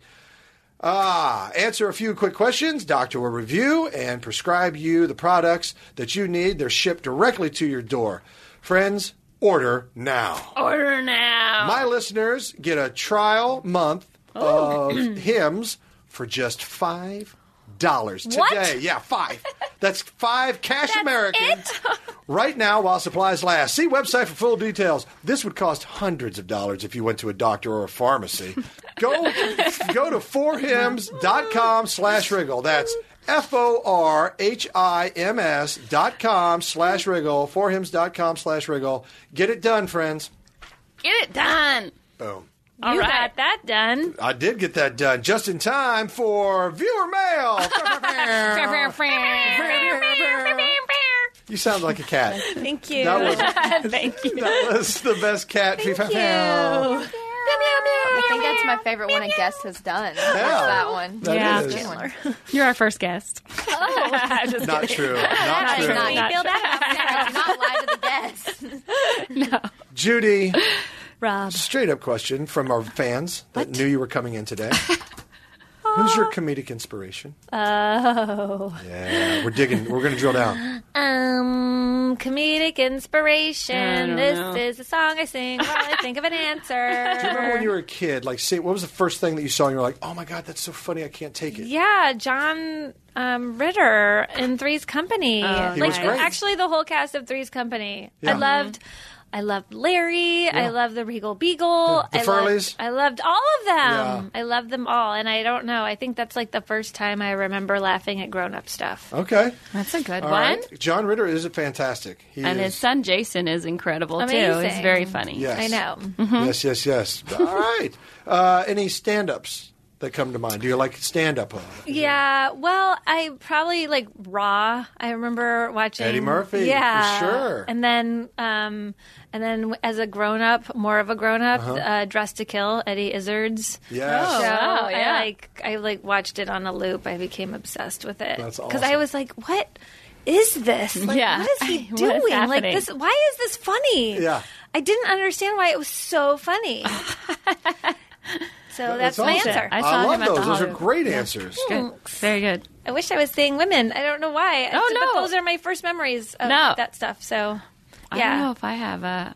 Speaker 2: Ah, answer a few quick questions. Doctor will review and prescribe you the products that you need. They're shipped directly to your door. Friends, order now.
Speaker 1: Order now.
Speaker 2: My listeners get a trial month of hymns for just five dollars today.
Speaker 3: What?
Speaker 2: Yeah, five. That's five cash American right now while supplies last. See website for full details. This would cost hundreds of dollars if you went to a doctor or a pharmacy. Go go to forhims.com slash wriggle. That's F-O-R-H-I-M-S dot com slash wriggle. Forhims.com slash wriggle. Get it done, friends.
Speaker 1: Get it done.
Speaker 2: Boom.
Speaker 1: All
Speaker 3: you
Speaker 1: right.
Speaker 3: got that done.
Speaker 2: I did get that done just in time for viewer mail. you sound like a cat.
Speaker 3: Thank you.
Speaker 2: That was
Speaker 3: Thank you.
Speaker 2: that was the best cat. Thank
Speaker 3: you.
Speaker 5: I think that's my favorite one. A guest has done It's that one.
Speaker 2: That
Speaker 1: Yeah.
Speaker 2: is.
Speaker 1: You're our first guest.
Speaker 2: Not true. Not
Speaker 5: That's
Speaker 2: true.
Speaker 5: not,
Speaker 1: Not
Speaker 5: feel bad. not lie to the guests.
Speaker 2: Judy,
Speaker 3: Rob.
Speaker 2: straight up question from our fans that knew you were coming in today. Who's your comedic inspiration?
Speaker 3: Oh.
Speaker 2: Yeah, we're digging. We're going to drill down.
Speaker 3: Um, comedic
Speaker 1: I
Speaker 3: inspiration.
Speaker 1: don't
Speaker 3: This
Speaker 1: know.
Speaker 3: is a song I sing while I think of an
Speaker 2: Do you remember when
Speaker 3: answer.
Speaker 2: you were a kid? Like, say, what was the first thing that you saw and you were like, oh my God, that's so funny, I can't take it?
Speaker 3: yeah, John um, Ritter in Three's Company.
Speaker 2: Oh, He
Speaker 3: like
Speaker 2: was great.
Speaker 3: actually the whole cast of Three's Company.
Speaker 2: Yeah.
Speaker 3: I loved I loved Larry. I loved the Regal Beagle.
Speaker 2: Yeah. The
Speaker 3: I
Speaker 2: Furleys.
Speaker 3: loved, I loved all of them.
Speaker 2: Yeah.
Speaker 3: I loved them all and I don't know. I think that's like the first time I remember laughing at grown-up stuff.
Speaker 2: Okay.
Speaker 1: That's a good
Speaker 2: All
Speaker 1: one.
Speaker 2: right. John Ritter is fantastic. He
Speaker 1: And
Speaker 2: is,
Speaker 1: his son Jason is incredible too. He's
Speaker 3: Amazing.
Speaker 1: very funny.
Speaker 2: Yes.
Speaker 3: I know.
Speaker 1: Mm-hmm.
Speaker 2: Yes, yes, yes. All right. Uh, any stand ups that come to mind? Do you like stand up?
Speaker 3: Yeah, well, I probably like Raw. I remember watching
Speaker 2: Eddie Murphy, for
Speaker 3: Yeah,
Speaker 2: sure.
Speaker 3: And then, um, and then as a grown up, more of a grown up, uh Dressed to Kill, Eddie Izzard's
Speaker 2: Uh-huh. Yes.
Speaker 3: show.
Speaker 2: Oh,
Speaker 1: wow, yeah.
Speaker 3: I like I like watched it on a loop. I became obsessed with it
Speaker 2: That's
Speaker 3: I
Speaker 2: awesome.
Speaker 3: was like, what is this? Like,
Speaker 1: Yeah.
Speaker 3: what is he
Speaker 1: What is
Speaker 3: doing? like
Speaker 1: happening?
Speaker 3: this? Why is this funny?
Speaker 2: Yeah.
Speaker 3: I didn't understand why it was so funny. So that's, my
Speaker 2: awesome.
Speaker 3: answer.
Speaker 1: I
Speaker 2: I,
Speaker 1: saw
Speaker 2: love
Speaker 1: him at the
Speaker 2: those. Those are
Speaker 1: Hollywood.
Speaker 2: great answers.
Speaker 1: Good. Very good.
Speaker 3: I wish I was saying women. I don't know why.
Speaker 1: Oh,
Speaker 3: But
Speaker 1: no.
Speaker 3: those are my first memories of
Speaker 1: No.
Speaker 3: that stuff. So,
Speaker 1: I don't know
Speaker 3: yeah.
Speaker 1: if I have a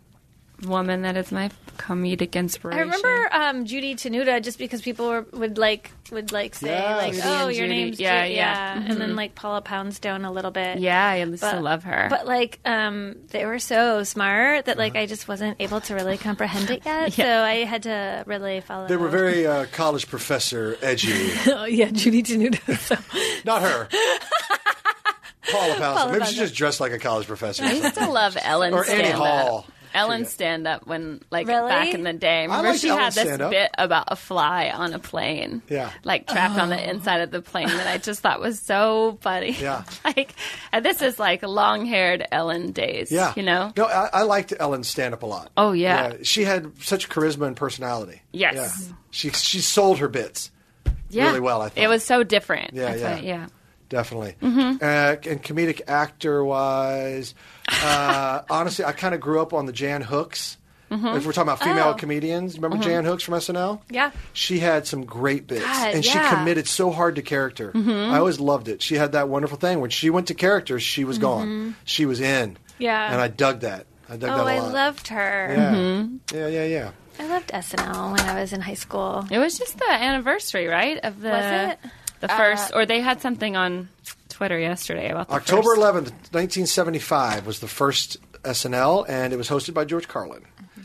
Speaker 1: woman that is my comedic
Speaker 3: I,
Speaker 1: inspiration.
Speaker 3: remember um, Judy Tenuta just because people were, would like would like say like,
Speaker 2: Yes.
Speaker 1: Judy
Speaker 3: oh,
Speaker 1: and
Speaker 3: your
Speaker 1: Judy.
Speaker 3: name's
Speaker 1: Yeah,
Speaker 3: Ju-"
Speaker 1: yeah. Mm-hmm.
Speaker 3: and then like Paula Poundstone a little bit.
Speaker 1: Yeah, I used to love her.
Speaker 3: But like, um, they were so smart that
Speaker 2: Uh-huh.
Speaker 3: like I just wasn't able to really comprehend it yet. So I had to really follow.
Speaker 2: They were very uh, college professor edgy.
Speaker 3: oh, yeah, Judy Tenuta. So.
Speaker 2: Not her. Paula Poundstone. Maybe she just dressed like a college professor. or
Speaker 1: I used
Speaker 2: something.
Speaker 1: to love Ellen
Speaker 2: Or Annie
Speaker 1: stand
Speaker 2: Hall.
Speaker 1: up. Ellen stand up when like
Speaker 3: Really?
Speaker 1: back in the day. Remember
Speaker 2: liked
Speaker 1: she
Speaker 2: Ellen
Speaker 1: had this
Speaker 2: stand-up.
Speaker 1: bit about a fly on a plane.
Speaker 2: Yeah.
Speaker 1: Like trapped on the inside of the plane that I just thought was so funny.
Speaker 2: Yeah.
Speaker 1: like and this is like long haired Ellen days.
Speaker 2: Yeah.
Speaker 1: You know?
Speaker 2: No, I, I liked Ellen's stand up a lot.
Speaker 1: Oh, yeah.
Speaker 2: She had such charisma and personality.
Speaker 1: Yes.
Speaker 2: Yeah. She, she sold her bits.
Speaker 1: Yeah.
Speaker 2: really well, I thought.
Speaker 1: It was so different.
Speaker 2: Yeah,
Speaker 1: That's
Speaker 2: yeah.
Speaker 1: why- yeah.
Speaker 2: Definitely.
Speaker 3: Mm-hmm.
Speaker 2: Uh, and comedic actor wise, uh, honestly, I kind of grew up on the Jan Hooks. If we're talking about female comedians, remember Jan Hooks from SNL?
Speaker 3: Mm-hmm. Oh. Yeah.
Speaker 2: She had some great bits.
Speaker 3: God,
Speaker 2: and she
Speaker 3: yeah. Mm-hmm.
Speaker 2: committed so hard to character. I always loved it. She had that wonderful thing. When she went to character, she was gone. She was in.
Speaker 3: Mm-hmm. Yeah.
Speaker 2: And I dug that. I dug that a
Speaker 3: Oh, I Mm-hmm.
Speaker 2: lot.
Speaker 3: loved her.
Speaker 2: yeah. yeah, yeah, yeah.
Speaker 3: I loved SNL when I was in high school.
Speaker 1: It was just the anniversary, right? Of the
Speaker 3: Was it?
Speaker 1: the first or they had something on Twitter yesterday about the
Speaker 2: October
Speaker 1: first-
Speaker 2: 11th, 1975 was the first SNL, and it was hosted by George Carlin.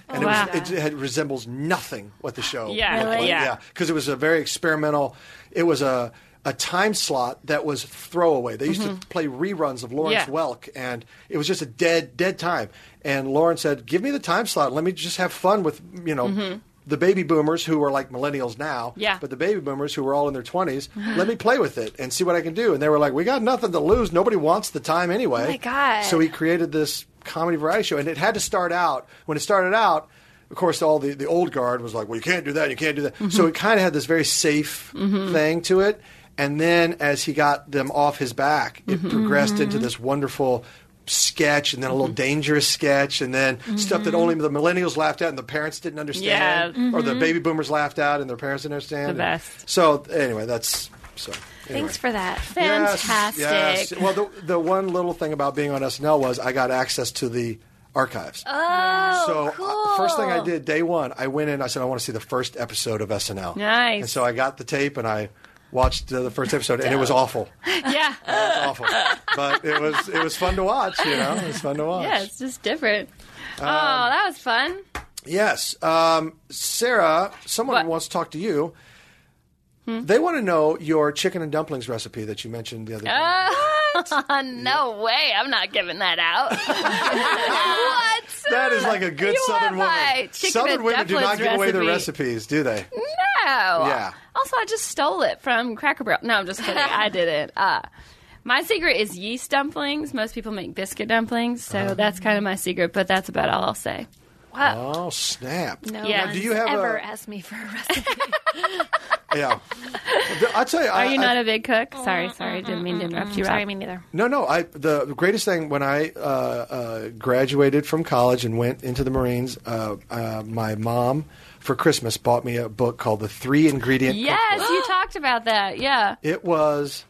Speaker 2: And
Speaker 1: Oh, Wow.
Speaker 2: it, was, it had, resembles nothing what the show
Speaker 1: Yeah.
Speaker 2: looked
Speaker 1: Really?
Speaker 2: like.
Speaker 1: Yeah.
Speaker 2: Yeah, because it was a very experimental, it was a, a time slot that was throwaway. They used to play reruns of Lawrence
Speaker 1: Mm-hmm. Yeah.
Speaker 2: Welk, and it was just a dead, dead time. And Lauren said, give me the time slot. Let me just have fun with, you know...
Speaker 1: Mm-hmm.
Speaker 2: The baby boomers who are like millennials now,
Speaker 1: Yeah.
Speaker 2: but the baby boomers who were all in their 20s, let me play with it and see what I can do. And they were like, we got nothing to lose. Nobody wants the time anyway.
Speaker 3: my God.
Speaker 2: So he created this comedy variety show. And it had to start out, when it started out, of course, all the, the old guard was like, well, you can't do that, you can't do that. So it kind of had this very safe thing to it. And then as he got them off his back, it progressed into this wonderful sketch and then a little dangerous sketch and then stuff that only the millennials laughed at and the parents didn't understand
Speaker 1: Yeah.
Speaker 2: or the baby boomers laughed at and their parents didn't understand
Speaker 1: The
Speaker 2: And
Speaker 1: best.
Speaker 2: so anyway that's so anyway.
Speaker 3: Thanks for that.
Speaker 2: Yes,
Speaker 1: Fantastic.
Speaker 2: yes. Well, the, the one little thing about being on SNL was I got access to the archives.
Speaker 3: Oh,
Speaker 2: so
Speaker 3: cool.
Speaker 2: I, first thing I did day one, I went in. I said I want to see the first episode of SNL.
Speaker 1: Nice.
Speaker 2: And so I got the tape and I watched uh, the first episode, and it was awful. It
Speaker 1: Yeah.
Speaker 2: was awful, but it was it was fun to watch. You know, it was fun to watch.
Speaker 1: Yeah, it's just different. oh,
Speaker 2: Um,
Speaker 1: that was fun.
Speaker 2: Yes. Um, Sarah, someone
Speaker 1: What? Hmm?
Speaker 2: wants to talk to you. They want to know your chicken and dumplings recipe that you mentioned the other day.
Speaker 1: Ah, no way. I'm not giving that out. what?
Speaker 2: That is like a good
Speaker 1: You
Speaker 2: Southern
Speaker 1: are
Speaker 2: woman.
Speaker 1: right. Chicken
Speaker 2: Southern
Speaker 1: and
Speaker 2: women do not
Speaker 1: dumplings
Speaker 2: give away their
Speaker 1: recipe.
Speaker 2: recipes, do they?
Speaker 1: No.
Speaker 2: Yeah.
Speaker 1: Also, I just stole it from Cracker Barrel. No, I'm just kidding. I didn't. Uh, my secret is yeast dumplings. Most people make biscuit dumplings, so
Speaker 2: Uh-huh.
Speaker 1: that's kind of my secret, but that's about all I'll say.
Speaker 3: Wow.
Speaker 2: Oh snap!
Speaker 3: No
Speaker 1: Yeah.
Speaker 3: one's
Speaker 2: Do you have
Speaker 3: ever
Speaker 2: a-
Speaker 3: asked me for a recipe?
Speaker 2: Yeah, I tell you,
Speaker 1: Are
Speaker 2: I,
Speaker 1: you not
Speaker 2: Uh, I, Oh, uh-uh,
Speaker 1: a big cook? Sorry, sorry. Didn't mean to interrupt you.
Speaker 3: Sorry,
Speaker 1: Rob.
Speaker 3: me neither.
Speaker 2: no, no. I the greatest thing when I uh, uh, graduated from college and went into the Marines, uh, uh, my mom for Christmas bought me a book called The Three Ingredient
Speaker 1: Yes,
Speaker 2: Cookbook.
Speaker 1: you talked about that. Yeah.
Speaker 2: It was.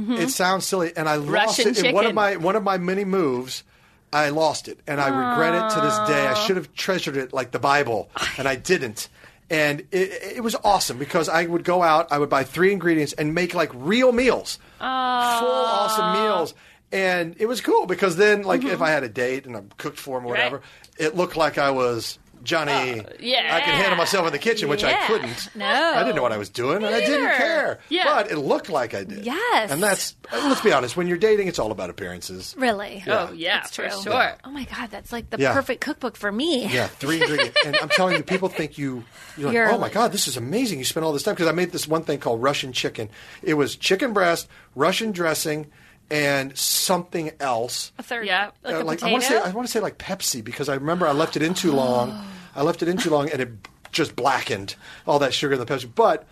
Speaker 2: It sounds silly, and I lost
Speaker 1: Russian
Speaker 2: it in one of
Speaker 1: chicken.
Speaker 2: my one of my many moves. I lost it, and I regret it to this day. I should have treasured it like the Bible, and I didn't. And it, it was awesome because I would go out, I would buy three ingredients and make like real meals, full awesome meals. And it was cool because then, like,
Speaker 1: Mm-hmm.
Speaker 2: if I had a date and I cooked for him or whatever, it looked like I was Johnny.
Speaker 1: Uh, yeah.
Speaker 2: I could handle myself in the kitchen, which I
Speaker 1: Yeah.
Speaker 2: couldn't.
Speaker 1: No.
Speaker 2: I didn't know
Speaker 3: Oh.
Speaker 2: what I was doing, and I didn't
Speaker 1: either.
Speaker 2: care.
Speaker 1: Yeah.
Speaker 2: But it looked like I did.
Speaker 3: Yes.
Speaker 2: And that's uh, let's be honest. When you're dating, it's all about appearances.
Speaker 3: Really?
Speaker 1: Oh, yeah,
Speaker 3: It's
Speaker 1: for
Speaker 3: true.
Speaker 1: sure.
Speaker 3: Oh my God, that's like the
Speaker 2: Yeah.
Speaker 3: perfect cookbook for me.
Speaker 2: Yeah, three ingredients. and I'm telling you, people think you. You're like,
Speaker 3: You're
Speaker 2: oh my
Speaker 3: like-
Speaker 2: god, this is amazing. You spent all this time because I made this one thing called Russian chicken. It was chicken breast, Russian dressing, and something else.
Speaker 4: A third.
Speaker 1: Yeah.
Speaker 4: Like
Speaker 2: Uh,
Speaker 4: a
Speaker 2: like I want to say,
Speaker 4: potato.
Speaker 2: I want to say like Pepsi because I remember I left it in too long. I left it in too long, and it just blackened all that sugar in the Pepsi. But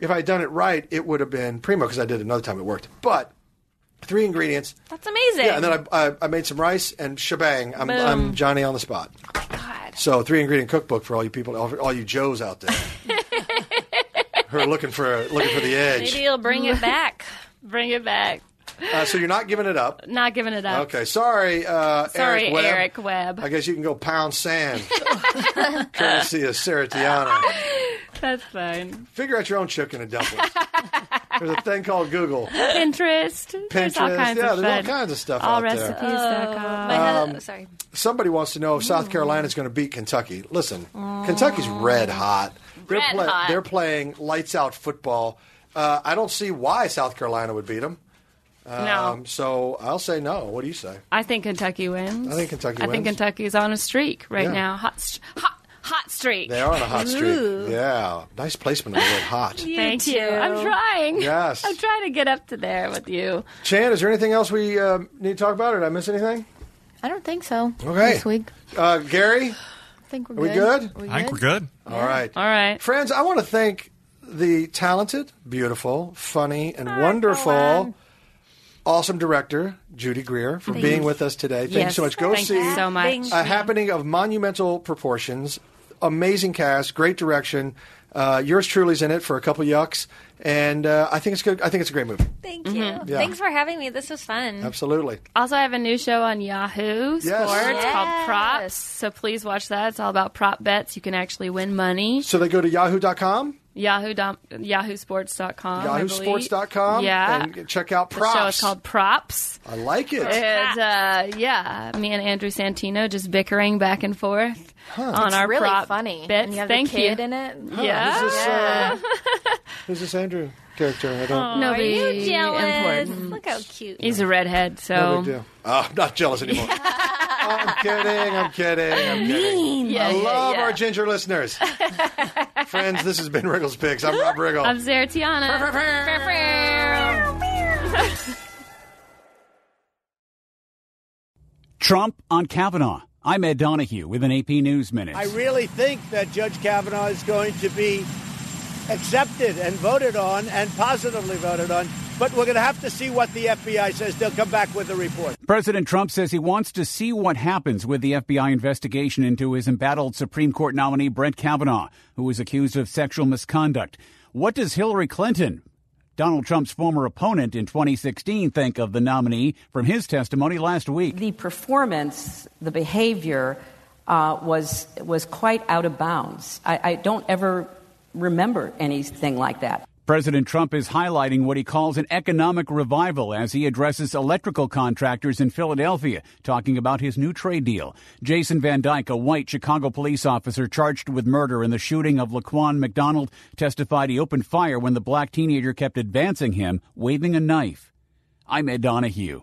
Speaker 2: if I had done it right, it would have been primo because I did it another time. It worked, but. Three ingredients,
Speaker 4: That's amazing.
Speaker 2: Yeah, and then I, I, I made some rice and shebang. I'm, I'm Johnny on the spot. So three ingredient cookbook for all you people, all, all you Joes out there. Who are looking for looking for the edge?
Speaker 4: Maybe you'll bring it back.
Speaker 1: Bring it back.
Speaker 2: Uh, so you're not giving it up.
Speaker 1: Not giving it up.
Speaker 2: Okay, sorry, uh,
Speaker 1: Sorry,
Speaker 2: Eric Webb.
Speaker 1: Eric Webb.
Speaker 2: I guess you can go pound sand, courtesy of Sarah Tiana.
Speaker 1: That's fine.
Speaker 2: Figure out your own chicken and dumplings. There's a thing called Google, Pinterest.
Speaker 1: Pinterest. There's all kinds
Speaker 2: yeah,
Speaker 1: of
Speaker 2: there's all
Speaker 1: fun.
Speaker 2: kinds of stuff
Speaker 1: All
Speaker 2: out there.
Speaker 1: recipes.com.
Speaker 4: My
Speaker 2: um,
Speaker 3: oh,
Speaker 4: hus- sorry.
Speaker 2: somebody wants to know if South Carolina is going to beat Kentucky. Listen, Kentucky's red hot. They're
Speaker 1: Red hot.
Speaker 2: They're playing lights out football. Uh, I don't see why South Carolina would beat them. Um,
Speaker 1: no.
Speaker 2: so I'll say no. What do you say?
Speaker 1: I think Kentucky wins.
Speaker 2: I think Kentucky
Speaker 1: I think
Speaker 2: wins.
Speaker 1: Kentucky's on a streak right
Speaker 2: Yeah.
Speaker 1: now. Hot, st- hot, hot streak.
Speaker 2: They are on a hot streak. Yeah, nice placement of the word hot.
Speaker 1: Thank you. I'm trying.
Speaker 2: Yes.
Speaker 1: I'm trying to get up to there with you.
Speaker 2: Chan, is there anything else we uh, need to talk about, or did I miss anything?
Speaker 5: I don't think so.
Speaker 2: Okay.
Speaker 5: This week.
Speaker 2: Uh, Gary,
Speaker 5: I think we're
Speaker 2: we
Speaker 5: good.
Speaker 2: good?
Speaker 5: We
Speaker 6: I think we're good.
Speaker 2: all right.
Speaker 1: All right.
Speaker 2: Friends, I want to thank the talented, beautiful, funny, and wonderful, awesome director, Judy Greer, for being with us today. Thank you
Speaker 1: Yes.
Speaker 2: so much. Go
Speaker 1: Thank
Speaker 2: see
Speaker 1: you so much.
Speaker 2: A Happening of Monumental Proportions. Amazing cast, great direction. Uh, yours truly's in it for a couple yucks, and uh, I think it's good. I think it's a great movie.
Speaker 4: Thank you.
Speaker 2: Mm-hmm. Yeah.
Speaker 4: Thanks for having me. This was fun.
Speaker 2: Absolutely.
Speaker 1: Also, I have a new show on Yahoo Sports called Props. So please watch that. It's all about prop bets. You can actually win money.
Speaker 2: So they go to Yahoo.com,
Speaker 1: Yahoo dot- yahoosports.com. I believe.
Speaker 2: YahooSports.com,
Speaker 1: Yeah.
Speaker 2: and check out
Speaker 1: the
Speaker 2: Props.
Speaker 1: show is called Props.
Speaker 2: I like it.
Speaker 1: And uh, yeah, me and Andrew Santino just bickering back and forth on our
Speaker 5: Really
Speaker 1: prop
Speaker 5: funny.
Speaker 1: bets.
Speaker 5: And you have
Speaker 1: Thank
Speaker 5: the kid
Speaker 1: you.
Speaker 5: in it.
Speaker 1: yeah.
Speaker 2: Who's this, uh, who's this Andrew character? I don't.
Speaker 1: No,
Speaker 4: Are you
Speaker 1: be
Speaker 4: jealous?
Speaker 1: important.
Speaker 4: Look how cute.
Speaker 1: He's a redhead,
Speaker 2: No
Speaker 1: so
Speaker 2: big deal. Uh, I'm not jealous anymore. I'm kidding. I'm kidding. I'm kidding.
Speaker 1: Yeah,
Speaker 2: I
Speaker 1: yeah,
Speaker 2: love
Speaker 1: yeah.
Speaker 2: our ginger listeners. Friends, this has been Wriggles Picks. I'm Rob Riggle.
Speaker 1: I'm Zeratiana.
Speaker 7: Trump on Kavanaugh. I'm Ed Donahue with an AP News Minute.
Speaker 8: I really think that Judge Kavanaugh is going to be accepted and voted on and positively voted on. But we're going to have to see what the FBI says. They'll come back with a report.
Speaker 7: President Trump says he wants to see what happens with the FBI investigation into his embattled Supreme Court nominee Brett Kavanaugh, who was accused of sexual misconduct. What does Hillary Clinton, Donald Trump's former opponent in 2016, think of the nominee from his testimony last week?
Speaker 9: the performance, the behavior uh, was was quite out of bounds. I, I don't ever remember anything like that.
Speaker 7: President Trump is highlighting what he calls an economic revival as he addresses electrical contractors in Philadelphia, talking about his new trade deal. Jason Van Dyke, a white Chicago police officer charged with murder in the shooting of Laquan McDonald, testified he opened fire when the black teenager kept advancing him, waving a knife. I'm Ed Donahue.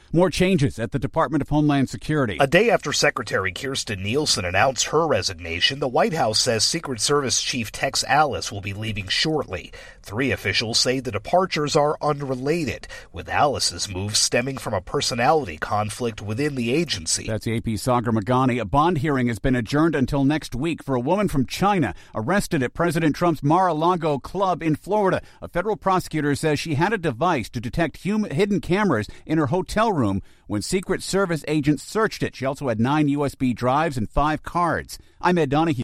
Speaker 7: More changes at the Department of Homeland Security.
Speaker 10: A day after Secretary Kirsten Nielsen announced her resignation, the White House says Secret Service Chief Tex Alice will be leaving shortly. Three officials say the departures are unrelated, with Alice's move stemming from a personality conflict within the agency.
Speaker 7: That's AP Sagar Magani. A bond hearing has been adjourned until next week for a woman from China arrested at President Trump's Mar-a-Lago club in Florida. A federal prosecutor says she had a device to detect human, hidden cameras in her hotel room when Secret Service agents searched it. She also had nine USB drives and five cards. I'm Ed Donahue.